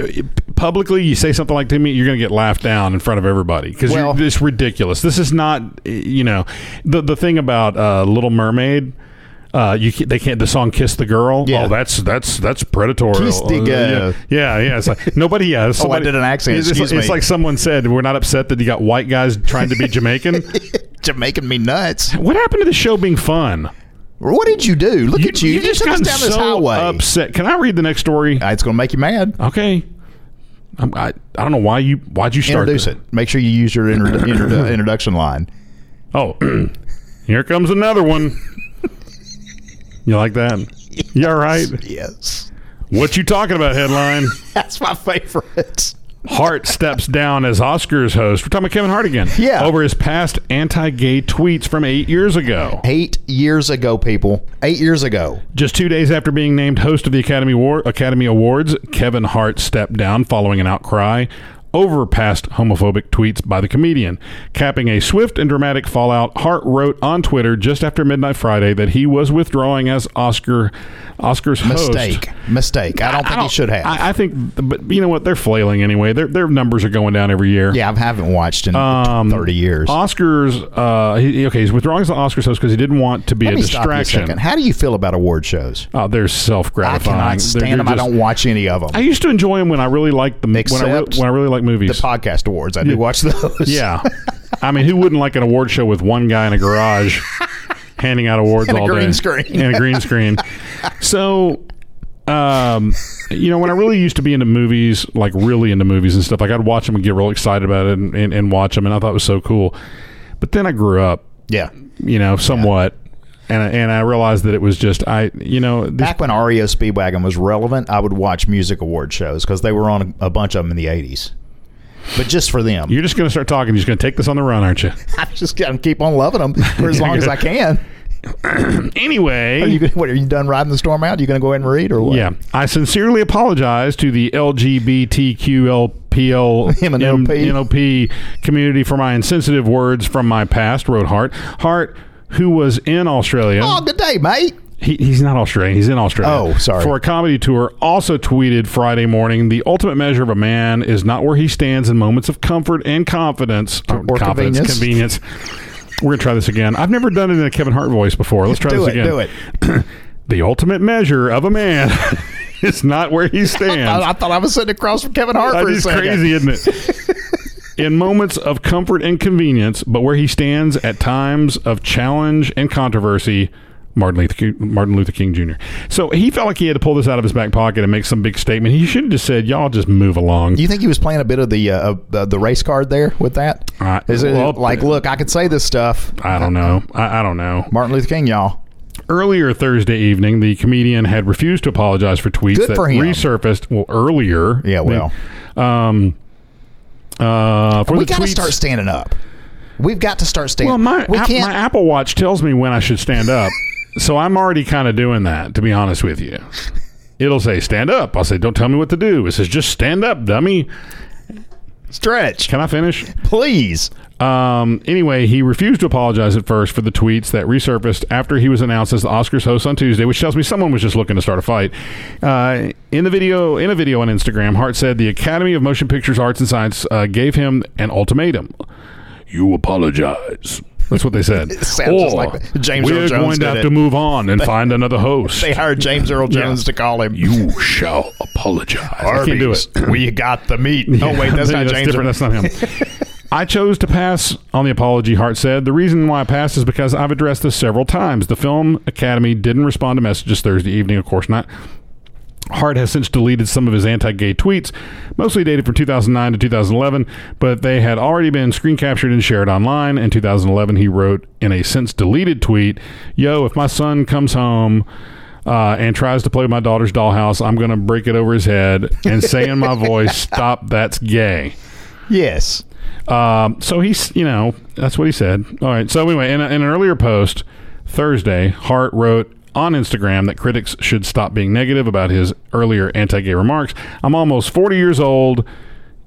D: uh, publicly you say something like to me, you're going to get laughed down in front of everybody because
C: Well-
D: it's ridiculous. This is not, uh, you know, the the thing about uh, Little Mermaid. Uh, you ca- they can't the song "Kiss the Girl."
C: Yeah.
D: Oh, that's that's that's predatory. Uh,
C: Kiss the girl. Oh,
D: Yeah, yeah. yeah. It's like
C: [laughs]
D: nobody. Yeah, somebody-
C: did an accent.
D: It's, it's
C: Excuse
D: like- it's
C: me.
D: like someone said, "We're not upset that you got white guys trying
C: [laughs]
D: to be Jamaican."
C: Jamaican me nuts.
D: what happened to the show being fun?
C: What did you do? Look at you! You,
D: just
C: took us
D: gotten
C: down this
D: so
C: highway.
D: upset. Can I read the next story?
C: Uh, It's going to make you mad.
D: okay. I'm, I, I don't know why you why'd you start
C: Introduce
D: this?
C: it. Make sure you use your
D: [coughs]
C: introdu- introdu- introduction line.
D: Oh, [clears throat] here comes
C: [laughs]
D: another one. you like that? You all right?
C: Yes,
D: What you talking about? Headline:
C: that's my favorite.
D: Hart steps down as Oscars host. We're talking about Kevin Hart again.
C: Yeah.
D: over his past anti-gay tweets from eight years ago.
C: Eight years ago, people. Eight years ago.
D: Just two days after being named host of the Academy, War- Academy Awards, Kevin Hart stepped down following an outcry over past homophobic tweets by the comedian. Capping a swift and dramatic fallout, Hart wrote on Twitter just after midnight Friday that he was withdrawing as Oscar Oscar's host.
C: Mistake. Mistake. I don't think he should have.
D: I, I think, but you know what? They're flailing anyway. Their their numbers are going down every year.
C: yeah, I haven't watched in
D: Um,
C: 30 years.
D: Oscars. Uh, he, okay, he's withdrawing as the Oscars host because he didn't want to be
C: Let
D: a
C: me stop you a
D: distraction.
C: second. How do you feel about award shows?
D: Oh, they're self
C: I
D: gratifying.
C: cannot stand them. I don't watch any of them.
D: I used to enjoy them when I really liked the when I, re-
C: Except
D: when I really like
C: the
D: movies.
C: podcast awards, I do watch those. [laughs]
D: yeah, I mean, who wouldn't like an award show with one guy in
C: [laughs]
D: a garage handing out awards
C: And a
D: all
C: green
D: day
C: screen.
D: and a
C: [laughs]
D: green screen? So, um, you know, when I really used to be into movies, like really into movies and stuff, like I'd watch them and get real excited about it and, and, and watch them, and I thought it was so cool. But then I grew up,
C: Yeah.
D: you know, somewhat. And I, and I realized that it was just I you know these
C: Back when REO Speedwagon was relevant, I would watch music award shows because they were on a, a bunch of them in the 80s. But just for them. [laughs]
D: You're just going to start talking. You're just going to take this on the run, aren't you?
C: I'm just going to keep on loving them for as long
D: [laughs]
C: as I can.
D: Anyway.
C: Are you, gonna- what, are you done riding the storm out? you going to go ahead and read or what?
D: yeah. I sincerely apologize to the
C: [laughs]
D: LGBTQLPL
C: M and LP.
D: NOP community for my insensitive words from my past, wrote Hart. Hart, who was in Australia.
C: Oh, good day, mate.
D: He, he's not Australian. He's in Australia.
C: Oh, sorry.
D: For a comedy tour, also tweeted Friday morning, the ultimate measure of a man is not where he stands in moments of comfort and confidence. Or confidence, convenience. We're going to try this again. I've never done it in a Kevin Hart voice before. Let's try
C: Do
D: this
C: it,
D: again.
C: do it.
D: The ultimate measure of a man [laughs] is not where he
C: [laughs]
D: stands.
C: I, I thought I was sitting across from Kevin Hart for
D: That
C: a
D: is
C: second.
D: crazy, isn't
C: [laughs]
D: it? In moments of comfort and convenience, but where he stands at times of challenge and controversy, Martin Luther, King, Martin Luther King Jr. So he felt like he had to pull this out of his back pocket and make some big statement. He should have just said, "Y'all just move along."
C: Do you think he was playing a bit of the uh, uh, the race card there with that? Is
D: Uh,
C: it
D: well,
C: like, look, I could say this stuff.
D: I don't know. I, I don't know.
C: Martin Luther King, y'all.
D: Earlier Thursday evening, the comedian had refused to apologize for tweets
C: Good
D: that
C: for him.
D: resurfaced. Well, earlier,
C: Yeah, well.
D: um, uh, for
C: we
D: the
C: got to
D: tweets,
C: start standing up. We've got to start standing.
D: Well, my
C: we
D: app-
C: can't.
D: my Apple Watch tells me when I should
C: [laughs]
D: stand up, so I'm already kind of doing that. To be honest with you, it'll say stand up. I'll say don't tell me what to do. It says just stand up, dummy.
C: stretch,
D: Can I finish?
C: please.
D: Um, anyway, he refused to apologize at first for the tweets that resurfaced after he was announced as the Oscars host on Tuesday, which tells me someone was just looking to start a fight. Uh, in the video, in a video on Instagram, Hart said the Academy of Motion Pictures Arts and Science uh, gave him an ultimatum: "You apologize." That's what they
C: [laughs]
D: said.
C: It sounds just like that. James Earl
D: we're
C: Jones
D: going
C: did
D: to have
C: it.
D: to move on and find another host.
C: [laughs] They hired James Earl Jones to call him.
D: you shall apologize. I can't do
C: Arby's,
D: it.
C: we got the meat. Oh
D: [laughs]
C: wait, that's
D: Yeah,
C: not James. Earl-
D: different. That's not him. I chose to pass on the apology, Hart said. The reason why I passed is because I've addressed this several times. The Film Academy didn't respond to messages Thursday evening, of course not. Hart has since deleted some of his anti gay tweets, mostly dated from 2009 to 2011, but they had already been screen captured and shared online. In 2011, he wrote in a since deleted tweet Yo, if my son comes home, uh, and tries to play with my daughter's dollhouse, I'm going to break it over his head and say
C: [laughs]
D: in my voice, "Stop! That's gay."
C: Yes.
D: Um, so he's, you know, that's what he said. All right. So anyway, in, a, in an earlier post Thursday, Hart wrote on Instagram that critics should stop being negative about his earlier anti-gay remarks. I'm almost 40 years old.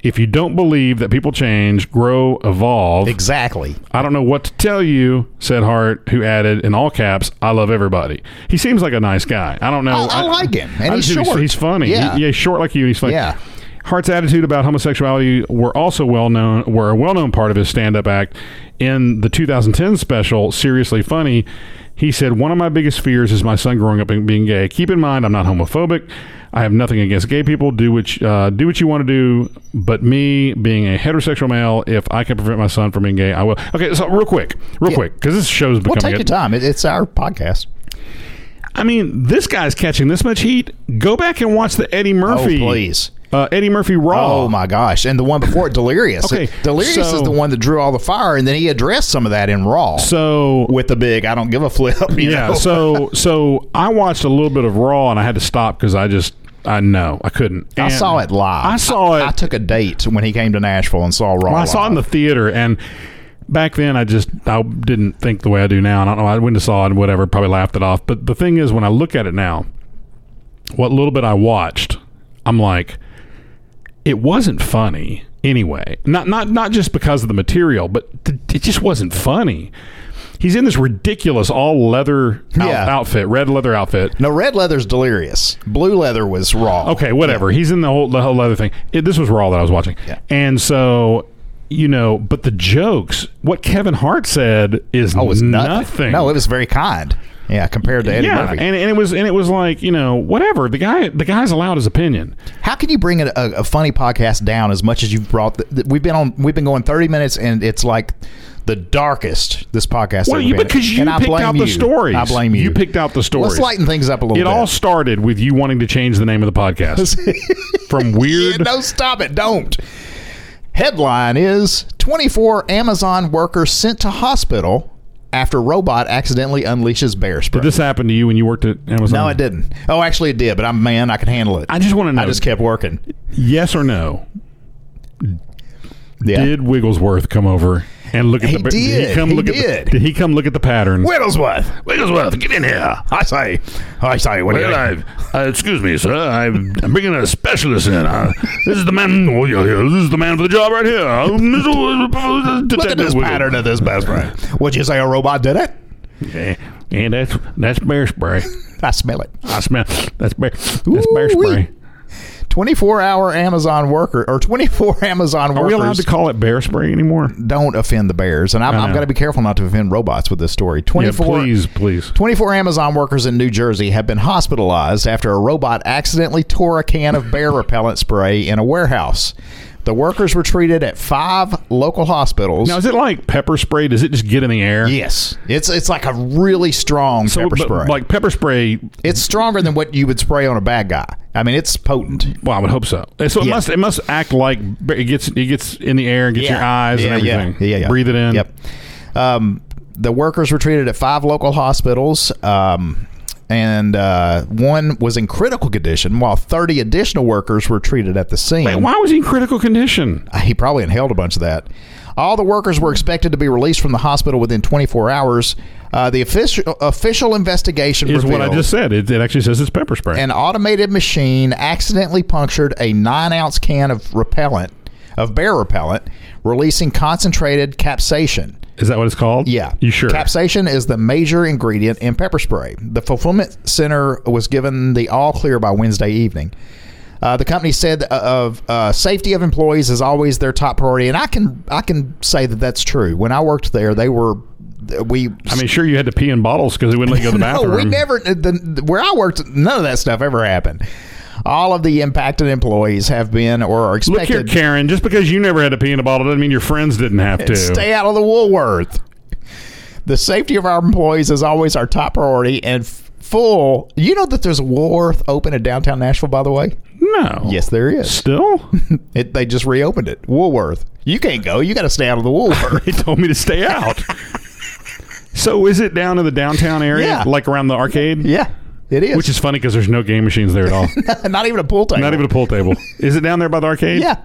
D: If you don't believe that people change, grow, evolve,
C: Exactly.
D: I don't know what to tell you, said Hart, who added in all caps, I love everybody. He seems like a nice guy. I don't know.
C: I- I like him, and he's
D: just-
C: short.
D: He's funny.
C: Yeah.
D: Yeah. yeah, he's short like you. and He's funny.
C: Yeah.
D: Hart's attitude about homosexuality were also well known were a well known part of his stand up act. In the 2010 special, Seriously Funny, he said, One of my biggest fears is my son growing up and being gay. Keep in mind I'm not homophobic. I have nothing against gay people. Do what uh, do what you want to do, but me being a heterosexual male, if I can prevent my son from being gay, I will. Okay, so real quick, real
C: Yeah.
D: quick, because this show's
C: Well,
D: becoming
C: take
D: a-
C: your time. It, it's our podcast.
D: I mean, this guy's catching this much heat. Go back and watch the Eddie Murphy.
C: Oh, please.
D: Uh, Eddie Murphy Raw.
C: Oh my gosh! And the one before it, Delirious.
D: Okay,
C: Delirious
D: so-
C: is the one that drew all the fire, and then he addressed some of that in Raw
D: So
C: with the big "I don't give a flip." [laughs] you
D: yeah,
C: know? [laughs]
D: so so I watched a little bit of Raw and I had to stop because I just I know I couldn't.
C: I
D: And
C: saw it live.
D: I saw it.
C: I took a date when he came to Nashville and saw Raw.
D: well, I saw it in the
C: live.
D: theater and. Back then, I just I didn't think the way I do now. I don't know. I went and saw it and whatever, probably laughed it off. But the thing is, when I look at it now, what little bit I watched, I'm like, it wasn't funny anyway. Not not not just because of the material, but th- it just wasn't funny. He's in this ridiculous all leather out-
C: Yeah.
D: outfit, red leather outfit.
C: No, red leather's Delirious. Blue leather was Raw.
D: Okay, whatever. He's in the whole the whole other thing. It, this was Raw that I was watching,
C: Yeah.
D: and so you know, but the jokes. What Kevin Hart said is
C: Oh, it was nothing.
D: nothing.
C: No, it was very kind. Yeah, compared to Eddie
D: yeah,
C: Murphy.
D: and, and it was and it was like you know whatever the guy the guy's allowed his opinion.
C: How can you bring a, a, a funny podcast down as much as you've brought? The, the- we've been on. We've been going thirty minutes, and it's like the darkest this podcast. ever
D: Well, you
C: been.
D: because you
C: and I
D: picked
C: blame
D: out
C: you.
D: the stories.
C: I blame you.
D: You picked out the stories.
C: Let's lighten things up a little.
D: It
C: bit.
D: all started with you wanting to change the name of the
C: [laughs]
D: podcast from
C: Yeah,
D: weird.
C: no, stop it. Don't. Headline is 24 Amazon workers sent to hospital after robot accidentally unleashes bear spray.
D: Did this happen to you when you worked at Amazon?
C: no, it didn't. Oh, actually, it did, but I'm man. I can handle it.
D: I just want to know.
C: I just kept working.
D: yes or no?
C: Yeah.
D: Did Wigglesworth come over and look at
C: He
D: the?
C: did.
D: come
C: He
D: look At
C: did.
D: the, did he come look at the pattern?
C: Wigglesworth.
B: Wigglesworth, get in here.
C: I say. I say. What do you
B: Well,
C: think?
B: I, uh, excuse me, sir. I'm, I'm bringing a specialist in. Uh, this is the man. Oh, yeah, yeah, this is the man for the job right here. Uh, Mr.
C: Look at
B: Detective
C: this
B: Wiggle.
C: pattern of this best friend. Would you say a robot did it?
B: Yeah.
D: Yeah, that's that's bear spray.
C: I smell it.
D: I smell that's bear that's bear
C: Ooh-wee.
D: spray.
C: 24 hour Amazon worker or 24 [laughs] Amazon
D: Are
C: workers
D: we allowed to call it bear spray anymore?
C: don't offend the bears. And I'm,
D: I
C: I'm
D: know.
C: going to be careful not to offend robots with this story.
D: Yeah,
C: 24
D: please, please.
C: 24 Amazon workers in New Jersey have been hospitalized after a robot accidentally tore a can of bear repellent spray in a warehouse. The workers were treated at five local hospitals.
D: Now is it like pepper spray? Does it just get in the air?
C: yes, it's it's like a really strong
D: So,
C: pepper
D: but,
C: spray.
D: Like pepper spray.
C: it's stronger than what you would spray on a bad guy. I mean, it's potent.
D: Well, I would hope so. And So it
C: Yeah.
D: must it must act like it gets it gets in the air and gets your eyes and
C: Yeah,
D: everything.
C: Yeah, yeah, yeah.
D: Breathe it in.
C: Yep. Um, the workers were treated at five local hospitals, um, and uh, one was in critical condition, while 30 additional workers were treated at the scene.
D: Wait, why was he in critical condition?
C: He probably inhaled a bunch of that. All the workers were expected to be released from the hospital within 24 hours. Uh, the official official investigation
D: Is what I
C: revealed
D: just said. It, it actually says it's pepper spray.
C: an automated machine accidentally punctured a nine ounce can of repellent of bear repellent, releasing concentrated capsaicin.
D: Is that what it's called?
C: Yeah.
D: You sure?
C: Capsaicin is the major ingredient in pepper spray. The fulfillment center was given the all clear by Wednesday evening. Uh, the company said uh, of uh, safety of employees is always their top priority, and I can I can say that that's true. When I worked there, they were we.
D: I mean, sure, you had to pee in bottles because they wouldn't let you go to the
C: [laughs] no,
D: bathroom.
C: we never the, where I worked. None of that stuff ever happened. All of the impacted employees have been or are
D: Look here,
C: expected
D: Karen. Just because you never had to pee in a bottle doesn't mean your friends didn't have to.
C: Stay out of the Woolworth. The safety of our employees is always our top priority and f- full. You know that there's a Woolworth open in downtown Nashville, by the way?
D: no.
C: Yes, there is.
D: Still, [laughs]
C: It, they just reopened it. Woolworth. You can't go. You got to stay out of the Woolworth.
D: [laughs] they told me to
C: [laughs]
D: stay out. so, is it down in the downtown area,
C: Yeah.
D: like around the arcade?
C: yeah. It is.
D: Which is funny because there's no game machines there at all.
C: [laughs] not even a pool table.
D: Not even a pool table. Is it down there by the arcade?
C: Yeah.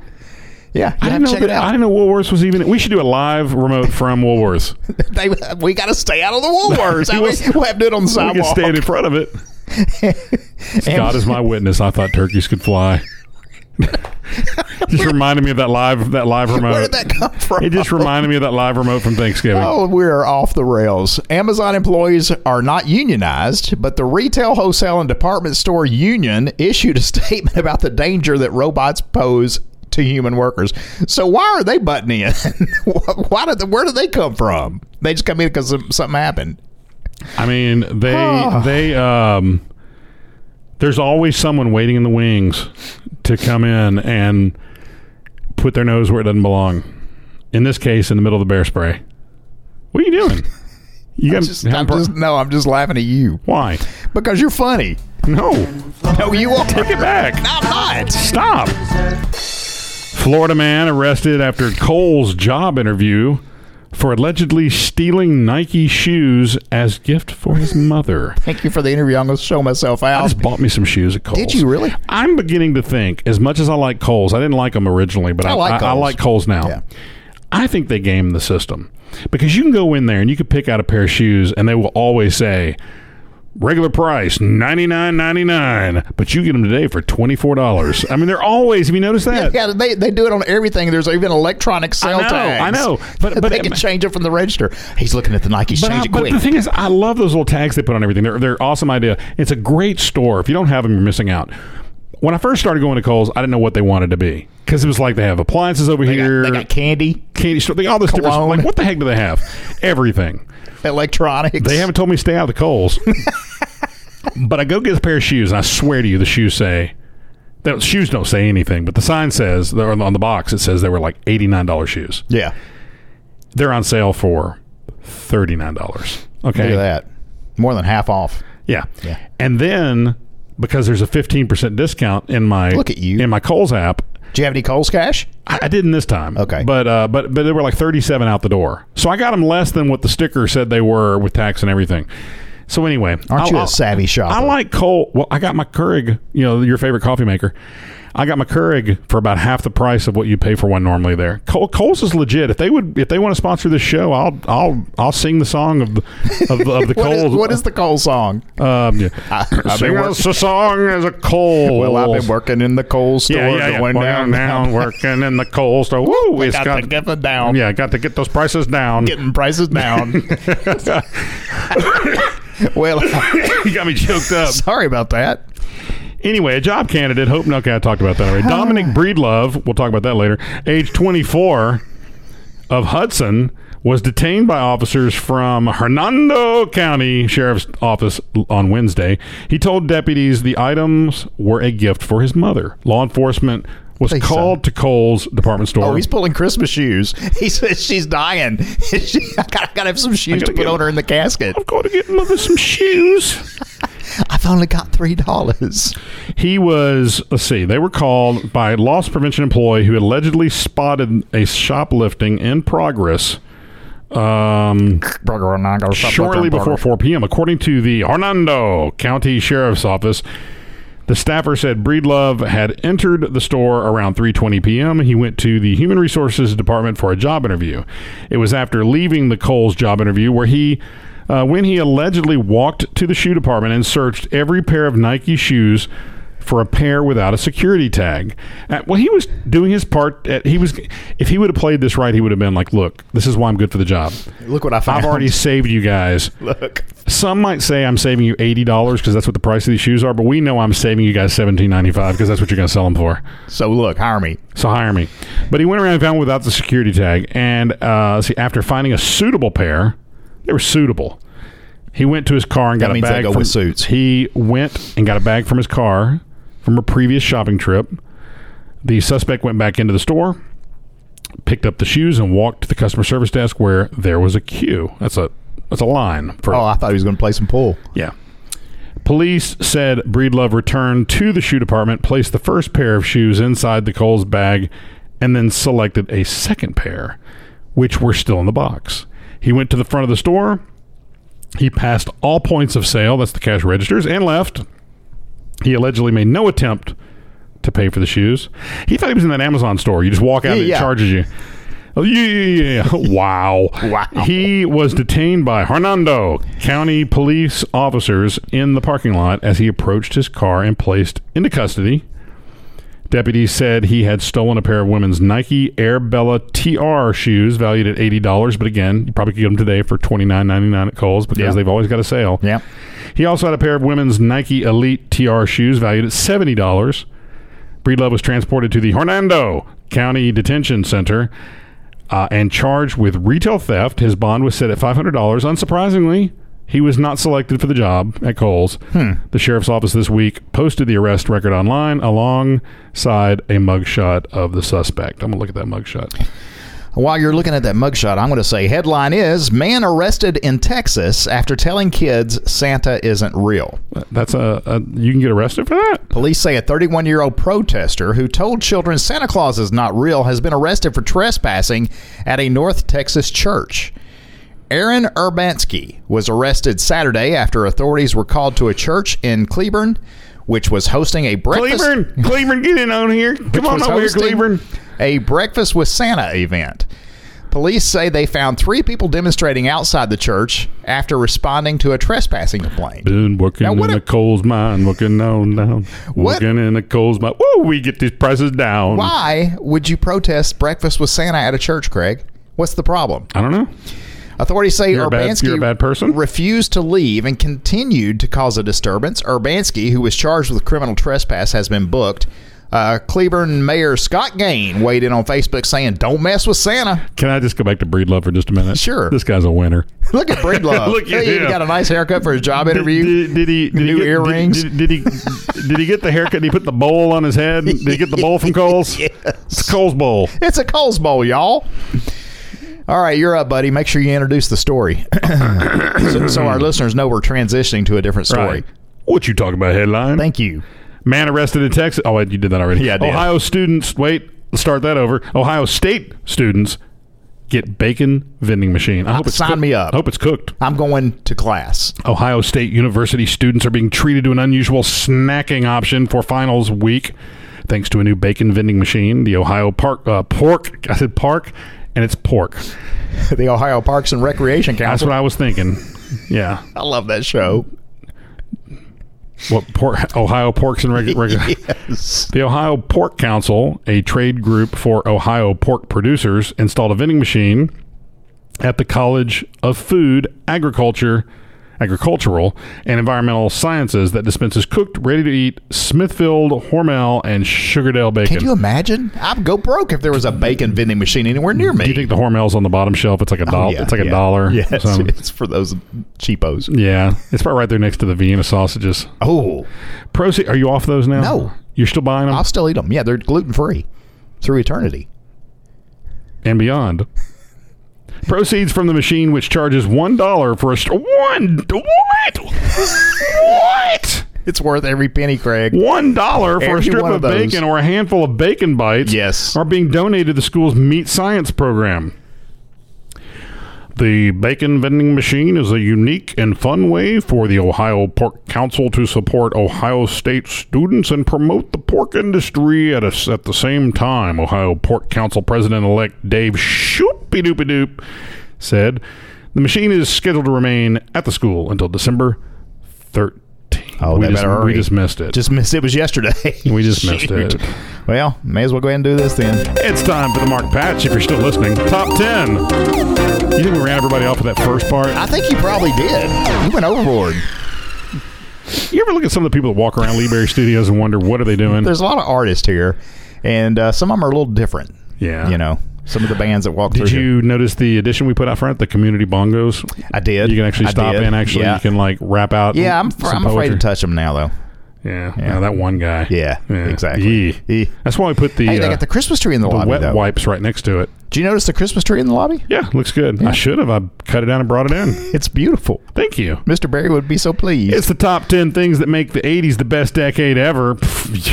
C: Yeah. You
D: I didn't,
C: have
D: know
C: to check it
D: that, I
C: out.
D: didn't know Woolworths was even. We should do a live remote
C: [laughs]
D: from Woolworths.
C: They, we got to stay out of the
D: [laughs]
C: Woolworths. That
D: was-
C: way we'll have to do it on the
D: I can
C: sidewalk.
D: stand in front of it. God is my witness. I thought turkeys
C: [laughs]
D: could fly. just reminded me of that live that live remote.
C: Where did that come from?
D: It just reminded me of that live remote from
C: [laughs]
D: Thanksgiving.
C: Oh, we're off the rails. Amazon employees are not unionized, but the retail, wholesale, and department store union issued a [laughs] statement about the danger that robots pose to human workers. So why are they butting in? [laughs] why did the, where did they come from? They just come in because something happened.
D: I mean, they
C: Ah.
D: they um there's always someone waiting in the wings to come in and put their nose where it doesn't belong. In this case, in the middle of the bear spray. What are you doing? You got
C: Just, I'm just, no, I'm just laughing at you
D: why?
C: because you're funny.
D: No,
C: No, you
D: [laughs]
C: are.
D: take it back.
C: No, I'm not.
D: Stop. Florida man arrested after Cole's job interview for allegedly stealing Nike shoes as gift for his mother.
C: Thank you for the interview. I'm going to show myself
D: I
C: out.
D: just bought me some shoes at Kohl's.
C: Did you really?
D: I'm beginning to think, as much as I like Kohl's, I didn't like them originally, but I,
C: I like
D: I, I
C: Kohl's.
D: like Kohl's now.
C: Yeah.
D: I think they game the system because you can go in there and you can pick out a pair of shoes, and they will always say regular price ninety nine ninety nine, but you get them today for twenty four dollars. I mean, they're always. Have you noticed
C: [laughs]
D: that?
C: Yeah, they, they do it on everything. There's even electronic sale
D: I know,
C: tags. [laughs]
D: I know. But-
C: That
D: but-
C: they can change it from the register. He's looking at the Nike.
D: But,
C: change
D: I-
C: it
D: but
C: quick.
D: the thing is, I love those little tags they put on everything. They're they're awesome idea. It's a great store. If you don't have them, you're missing out. When I first started going to Kohl's, I didn't know what they wanted to be because it was like they have appliances over
C: They got-
D: here,
C: they got candy,
D: candy store, they, all this different.
C: Cologne.
D: Like, what the heck do they have? Everything.
C: electronics.
D: They haven't told me to stay out of the Kohl's. but I go get a pair of shoes, and I swear to you, the shoes say. The shoes don't say anything, but the sign says, or on the box, it says they were like $89 shoes.
C: [laughs] Yeah,
D: They're on sale for $39. Okay.
C: look at that. More than half off.
D: Yeah.
C: Yeah.
D: And then because there's a 15% discount in my
C: Look at you.
D: in my Kohl's app,
C: Do you have any Kohl's cash?
D: I, I didn't this time.
C: Okay.
D: But uh but but they were like 37 out the door. So I got them less than what the sticker said they were with tax and everything. So anyway,
C: Aren't
D: I'll-
C: you a
D: I'll-
C: savvy shopper?
D: Oh, I like Kohl. Well, I got my Keurig, you know, your favorite coffee maker. I got my Keurig for about half the price of what you pay for one normally there. Kohl, Kohl's is legit. If they would, if they want to sponsor this show, I'll, I'll, I'll sing the song of, the- of, the- of the
C: [laughs] What is,
D: Kohl's.
C: what is the Kohl song? Oh, [laughs]
D: Um, yeah.
C: I've
D: Sing
C: been
D: us a song as a coal.
C: Well, I've been working in the Kohl store.
D: Yeah, yeah, yeah.
C: going down,
D: down,
C: [laughs]
D: down, working in the coal store. Woo,
C: I
D: it's
C: got,
D: got,
C: to get them down.
D: yeah, got to get those prices down.
C: Getting prices down. [laughs] well,
D: [laughs]
C: [laughs]
D: you got me choked up.
C: sorry about that.
D: Anyway, a job candidate. Hope okay, I talked about that already. Dominic Breedlove. We'll talk about that later. Age 24 of Hudson was detained by officers from Hernando County Sheriff's Office on Wednesday. He told deputies the items were a gift for his mother. Law enforcement was
C: Please,
D: called to Cole's department store.
C: Oh, he's pulling Christmas shoes. [laughs] He says she's dying. [laughs] she, I gotta, gotta have some shoes
D: gotta
C: to put
D: get-
C: on her in the casket. [laughs]
D: I've got to get mother some shoes.
C: I've only got three [laughs] dollars.
D: He was, let's see, they were called by a loss prevention employee who allegedly spotted a shoplifting in progress um, shortly before 4 p.m. According to the Hernando County Sheriff's Office, the staffer said Breedlove had entered the store around 3:20 p.m. He went to the Human Resources Department for a job interview. It was after leaving the Coles job interview where he uh, when he allegedly walked to the shoe department and searched every pair of Nike shoes for a pair without a security tag. Uh, well, he was doing his part. At, he was if he would have played this right, he would have been like, "Look, this is why I'm good for the job.
C: Look what I found.
D: I've
C: [laughs]
D: already saved you guys."
C: look.
D: Some might say I'm saving you eighty dollars because that's what the price of these shoes are, but we know I'm saving you guys seventeen ninety five because that's what you're going to sell them for.
C: So look, hire me.
D: So hire me. But he went around and found without the security tag, and uh, see after finding a suitable pair, they were suitable. He went to his car and
C: That
D: got
C: means
D: a
C: they
D: bag
C: go
D: from
C: with suits.
D: He went and got a bag from his car from a previous shopping trip. The suspect went back into the store, picked up the shoes, and walked to the customer service desk where there was a queue. That's a that's a line for
C: Oh, I thought he was going to play some pool.
D: yeah. Police said Breedlove returned to the shoe department, placed the first pair of shoes inside the Coles bag, and then selected a second pair, which were still in the box. He went to the front of the store, He passed all points of sale, that's the cash registers, and left. He allegedly made no attempt to pay for the shoes. He thought he was in that Amazon store. You just walk out and
C: Yeah.
D: it charges you. Oh, yeah, yeah,
C: [laughs]
D: yeah. Wow.
C: Wow.
D: He was detained by Hernando County police officers in the parking lot as he approached his car and placed into custody. Deputies said he had stolen a pair of women's Nike Air Bella TR shoes valued at eighty dollars, but again, you probably could get them today for twenty nine ninety nine at Kohl's because
C: Yeah.
D: they've always got a sale.
C: Yeah.
D: He also had a pair of women's Nike Elite TR shoes valued at seventy dollars. Breedlove was transported to the Hernando County Detention Center uh, and charged with retail theft. His bond was set at five hundred dollars. Unsurprisingly, he was not selected for the job at Kohl's.
C: Hmm.
D: The sheriff's office this week posted the arrest record online alongside a mugshot of the suspect. I'm gonna look at that mugshot.
C: While you're looking at that mugshot, I'm going to say headline is Man Arrested in Texas After Telling Kids Santa Isn't Real.
D: That's a, a you can get arrested for that.
C: Police say a 31 year old protester who told children Santa Claus is not real has been arrested for trespassing at a North Texas church. Aaron Urbanski was arrested Saturday after authorities were called to a church in Cleburne, which was hosting a breakfast.
D: Cleburne, Cleburne, get in on here. Come on
C: was
D: over here,
C: hosting
D: Cleburne.
C: A breakfast with Santa event. Police say they found three people demonstrating outside the church after responding to a trespassing complaint.
D: Been working
C: Now, what
D: in
C: a-
D: a coal's mine, working on down,
C: What-
D: working in a coal's mine. Woo, we get these prices down.
C: Why would you protest breakfast with Santa at a church, Craig? What's the problem?
D: I don't know.
C: Authorities say
D: You're a bad-
C: Urbanski
D: you're a bad person?
C: refused to leave and continued to cause a disturbance. Urbanski, who was charged with criminal trespass, has been booked. Uh, Cleburne Mayor Scott Gain weighed in on Facebook saying, "Don't mess with Santa." [laughs]
D: Can I just go back to Breedlove for just a minute?
C: Sure.
D: This guy's a winner.
C: Look at Breedlove.
D: [laughs] Look at
C: He even
D: him.
C: got a nice haircut for his job interview.
D: Did, did he? Did
C: New
D: he get,
C: earrings.
D: Did, did, did he? Did he get the haircut? Did he put the bowl on his head? Did he get the
C: [laughs]
D: bowl from Coles? yes. It's Coles bowl.
C: It's a Coles Bowl, y'all. All right, you're up, buddy. Make sure you introduce the story, [clears throat] so, so our listeners know we're transitioning to a different story.
D: What you talking about? Headline.
C: Thank you.
D: Man arrested in Texas. Oh, wait, you did that already.
C: Yeah, I did.
D: Ohio students. Wait, let's start that over. Ohio State students get bacon vending machine. I hope it's
C: sign
D: cooked.
C: me up.
D: I hope it's cooked.
C: I'm going to class. [laughs]
D: Ohio State University students are being treated to an unusual snacking option for finals week, thanks to a new bacon vending machine. The Ohio Park uh, Pork. I said Park, and it's pork.
C: the Ohio Parks and Recreation
D: That's
C: Council.
D: what I was thinking. Yeah.
C: I love that show.
D: What pork? Ohio Porks and Reg- Reg-
C: [laughs] Yes.
D: The Ohio Pork Council, a trade group for Ohio pork producers, installed a vending machine at the College of Food, Agriculture, Agricultural, and Environmental Sciences that dispenses cooked, ready to eat Smithfield, Hormel, and Sugardale bacon.
C: Can you imagine? I'd go broke if there was a bacon vending machine anywhere near me.
D: Do you think the Hormel's on the bottom shelf? It's like a dollar.
C: Oh, Yeah,
D: it's like
C: yeah.
D: a dollar.
C: Yes,
D: or something.
C: it's for those cheapos.
D: yeah. It's probably right there next to the Vienna sausages.
C: Oh,
D: Proceed. Are you off those now?
C: No.
D: You're still buying them
C: I'll still eat them. Yeah, they're gluten free through eternity.
D: and beyond. Proceeds from the machine, which charges one dollar for a st- one what what
C: It's worth every penny, Craig.
D: one dollar for
C: Every
D: a strip
C: one
D: of,
C: of those.
D: bacon or a handful of bacon bites.
C: Yes.
D: are being donated to the school's meat science program. The bacon vending machine is a unique and fun way for the Ohio Pork Council to support Ohio State students and promote the pork industry at, us at the same time, Ohio Pork Council President elect Dave Shoopy Doopy Doop said. The machine is scheduled to remain at the school until December 13th.
C: Oh,
D: we,
C: they
D: just,
C: better
D: we
C: hurry.
D: just missed it.
C: Just missed it was yesterday. [laughs]
D: we just missed
C: Shoot.
D: it.
C: Well, may as well go ahead and do this then.
D: It's time for the Mark Patch if you're still listening. Top 10. You think we ran everybody off with that first part?
C: I think you probably did. You went overboard.
D: You ever look at some of the people that walk around Lee Berry Studios and wonder what are they doing?
C: There's a lot of artists here, and uh, some of them are a little different.
D: Yeah.
C: you know, some of the bands that walk
D: Did
C: through. here.
D: you notice the addition we put out front, the community bongos?
C: I did.
D: You can actually
C: Uh, I
D: stop
C: did.
D: in. Actually,
C: yeah.
D: you can like rap out.
C: Yeah, I'm, fr-
D: some
C: I'm afraid to
D: poetry.
C: touch them now, though.
D: Yeah, yeah. that one guy.
C: Yeah, exactly.
D: Yeah.
C: Yeah.
D: That's why we put the,
C: Hey, they
D: uh,
C: got the
D: the
C: Christmas tree in the, lobby,
D: wet
C: though.
D: wipes right next to it.
C: Do you notice the Christmas tree in the lobby?
D: Yeah, looks good. I should have. I cut it down and brought it in.
C: It's beautiful.
D: Thank you.
C: Mr. Barry would be so pleased.
D: It's the top 10 things that make the 80s the best decade ever. [laughs] Pff,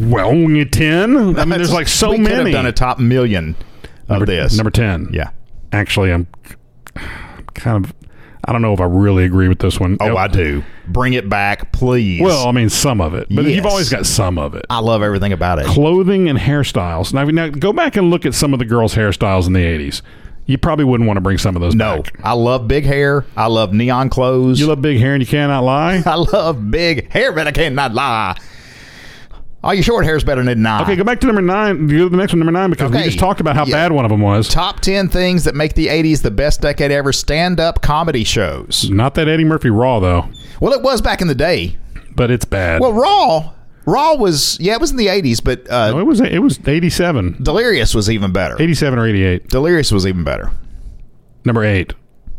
D: yeah, Well, only 10. I mean, there's like so
C: we
D: many.
C: Could have done a top million of
D: number,
C: this.
D: Number 10.
C: yeah.
D: Actually, I'm kind of. I don't know if I really agree with this one.
C: Oh, I do. Bring it back, please.
D: Well, um, I mean, some of it, but
C: Yes.
D: you've always got some of it.
C: I love everything about it.
D: Clothing and hairstyles. Now, now go back and look at some of the girls' hairstyles in the '80s. You probably wouldn't want to bring some of those
C: No,
D: back.
C: I love big hair. I love neon clothes.
D: You love big hair and you cannot lie.
C: [laughs] I love big hair, but I cannot lie. All your short hair's better than nine.
D: Okay, go back to number nine. Go to the next one, number nine, because
C: Okay.
D: we just talked about how
C: Yeah.
D: bad one of them was.
C: Top 10 things that make the 80s the best decade ever stand up comedy shows.
D: Not that Eddie Murphy Raw though,
C: Well, it was back in the day.
D: but it's bad.
C: Well, Raw, Raw was, yeah, it was in the 80s, but uh,
D: No, it was it was 87,
C: Delirious was even better.
D: 87 or 88.
C: Delirious was even better.
D: Number eight.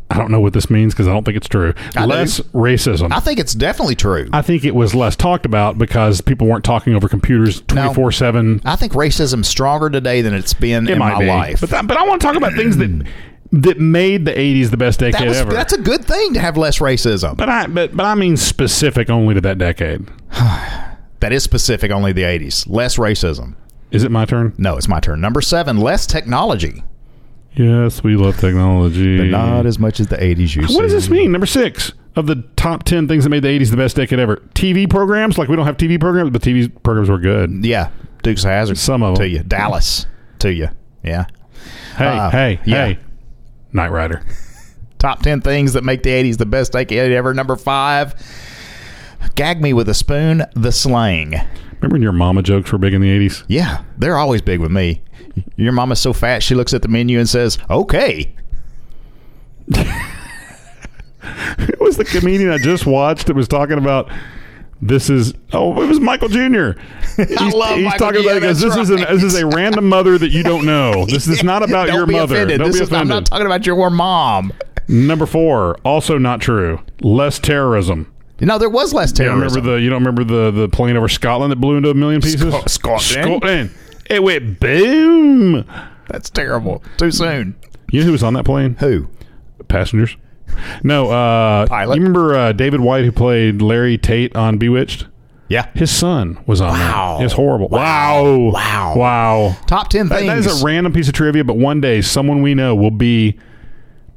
D: I don't know what this means because I don't think it's true.
C: do.
D: less racism.
C: I think it's definitely true.
D: I think it was less talked about because people weren't talking over computers 24 7.
C: I think racism's stronger today than it's been in my life.
D: But, that, but I want to talk about things that that made the 80s the best decade
C: that was,
D: ever.
C: that's a good thing to have less racism.
D: but I but, but I mean specific only to that decade.
C: that is specific only the 80s. Less racism.
D: Is it my turn?
C: No, it's my turn. Number seven, less technology.
D: Yes, we love technology.
C: But not as much as the 80s used
D: Mm. what does this mean? Number six of the top 10 things that made the 80s the best decade ever. TV programs. Like, we don't have TV programs, but TV programs were good.
C: Yeah. Dukes of Hazard.
D: Some of
C: To
D: them.
C: you. Dallas. To you. Yeah.
D: Hey,
C: Uh,
D: hey,
C: yeah.
D: hey. Knight Rider.
C: Top 10 things that make the 80s the best decade ever. Number five, Gag Me With a Spoon, The Slang.
D: Remember when your mama jokes were big in the 80s?
C: Yeah. They're always big with me. Your mama's so fat, she looks at the menu and says, okay.
D: [laughs] It was the comedian I just watched that was talking about this is oh it was
C: [laughs]
D: Michael Jr. He's,
C: love
D: he's
C: Michael
D: talking
C: Jr.,
D: about it goes,
C: that's
D: this is an, this is a random mother that you
C: [laughs]
D: don't know. This is not about
C: Don't
D: your
C: be
D: mother.
C: offended.
D: Don't
C: This
D: be
C: is- I'm
D: offended.
C: not talking about your mom.
D: Number four, also not true. Less terrorism.
C: No, there was less
D: You don't remember
C: terrorism.
D: the you don't remember the the plane over Scotland that blew into a million pieces.
C: Scot- Scotland?
D: Scotland. It went boom.
C: That's terrible. Too soon.
D: You know who was on that plane?
C: Who?
D: Passengers. No, uh,
C: Pilot?
D: You remember uh, David White who played Larry Tate on Bewitched?
C: Yeah.
D: His son was on
C: Wow.
D: wow. It's horrible. Wow.
C: Wow.
D: Wow.
C: Top 10
D: That-
C: things.
D: that is a random piece of trivia, but one day someone we know will be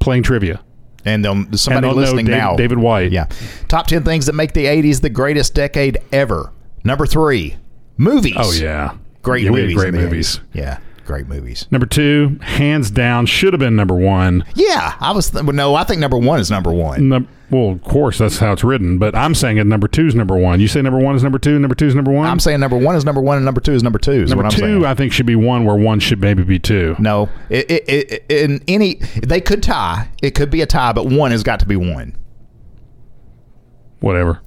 D: playing trivia.
C: and they'll,
D: And
C: somebody
D: they'll
C: listening
D: know Dave-
C: now.
D: David White.
C: Yeah. Top 10 things that make the 80s the greatest decade ever. Number three, movies.
D: Oh, yeah.
C: Great
D: Yeah, we had
C: movies.
D: Great
C: in the
D: movies.
C: 80s. Yeah. Great movies.
D: Number two, hands down, should have been number one.
C: Yeah. I was, th- well, no, I think number one is number one.
D: Num- well, of course, that's how it's written, but I'm saying it number two is number one. You say number one is number two, number two is number one?
C: I'm saying number one is number one and number two is number two. Is
D: Mm-hmm. number
C: what I'm
D: two,
C: saying.
D: I think, should be one where one should maybe be two.
C: no. It, it, it, in any, they could tie. It could be a tie, but one has got to be one.
D: Whatever.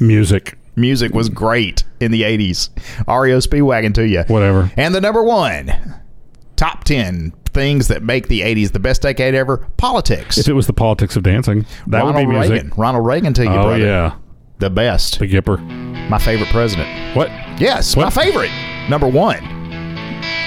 D: Music.
C: Music was great in the 80s. REO Speedwagon to you.
D: Whatever.
C: And the number one, top 10 things that make the 80s the best decade ever politics.
D: If it was the politics of dancing, that
C: Ronald
D: would be music.
C: Reagan. Ronald Reagan to you,
D: Oh,
C: brother.
D: yeah.
C: The best.
D: The Gipper.
C: My favorite president.
D: What?
C: Yes,
D: What?
C: my favorite. Number one.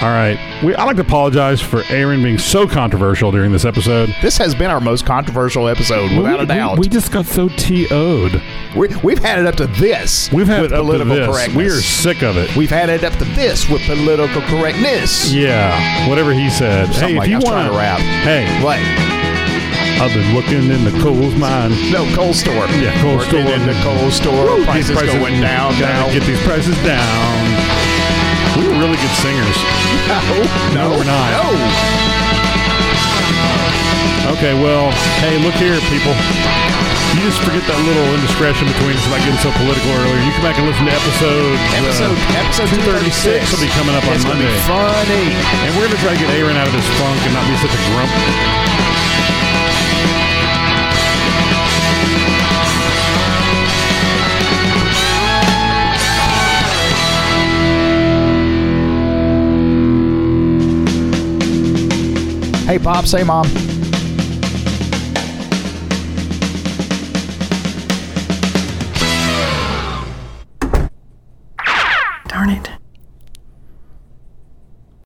D: All right. We, I'd like to apologize for Aaron being so controversial during this episode.
C: This has been our most controversial episode, without
D: we,
C: a doubt.
D: We, we just got so TO'd.
C: We, we, have had it up to this
D: We've had
C: with
D: it up to
C: political
D: this.
C: correctness.
D: We are sick of it.
C: We've had it up to this with political correctness.
D: yeah. Whatever he said.
C: Something
D: hey,
C: like I
D: if you
C: was
D: want
C: trying to rap.
D: Hey,
C: What?
D: I've been looking in the coal's mine.
C: No, coal store.
D: Yeah, coal
C: Working
D: store.
C: in the coal store.
D: Woo,
C: prices,
D: these
C: going down
D: gotta
C: now.
D: Get these prices down. We were really good singers.
C: [laughs] no,
D: No, we're not.
C: No.
D: Okay, well, hey, look here, people. You just forget that little indiscretion between us about getting so political earlier. You come back and listen to episode
C: Episode,
D: uh,
C: episode 236
D: 236 will be coming up on
C: It's gonna be
D: Monday.
C: funny.
D: And we're going to try to get Aaron out of his funk and not be such a grump.
C: Hey, Pop, say mom.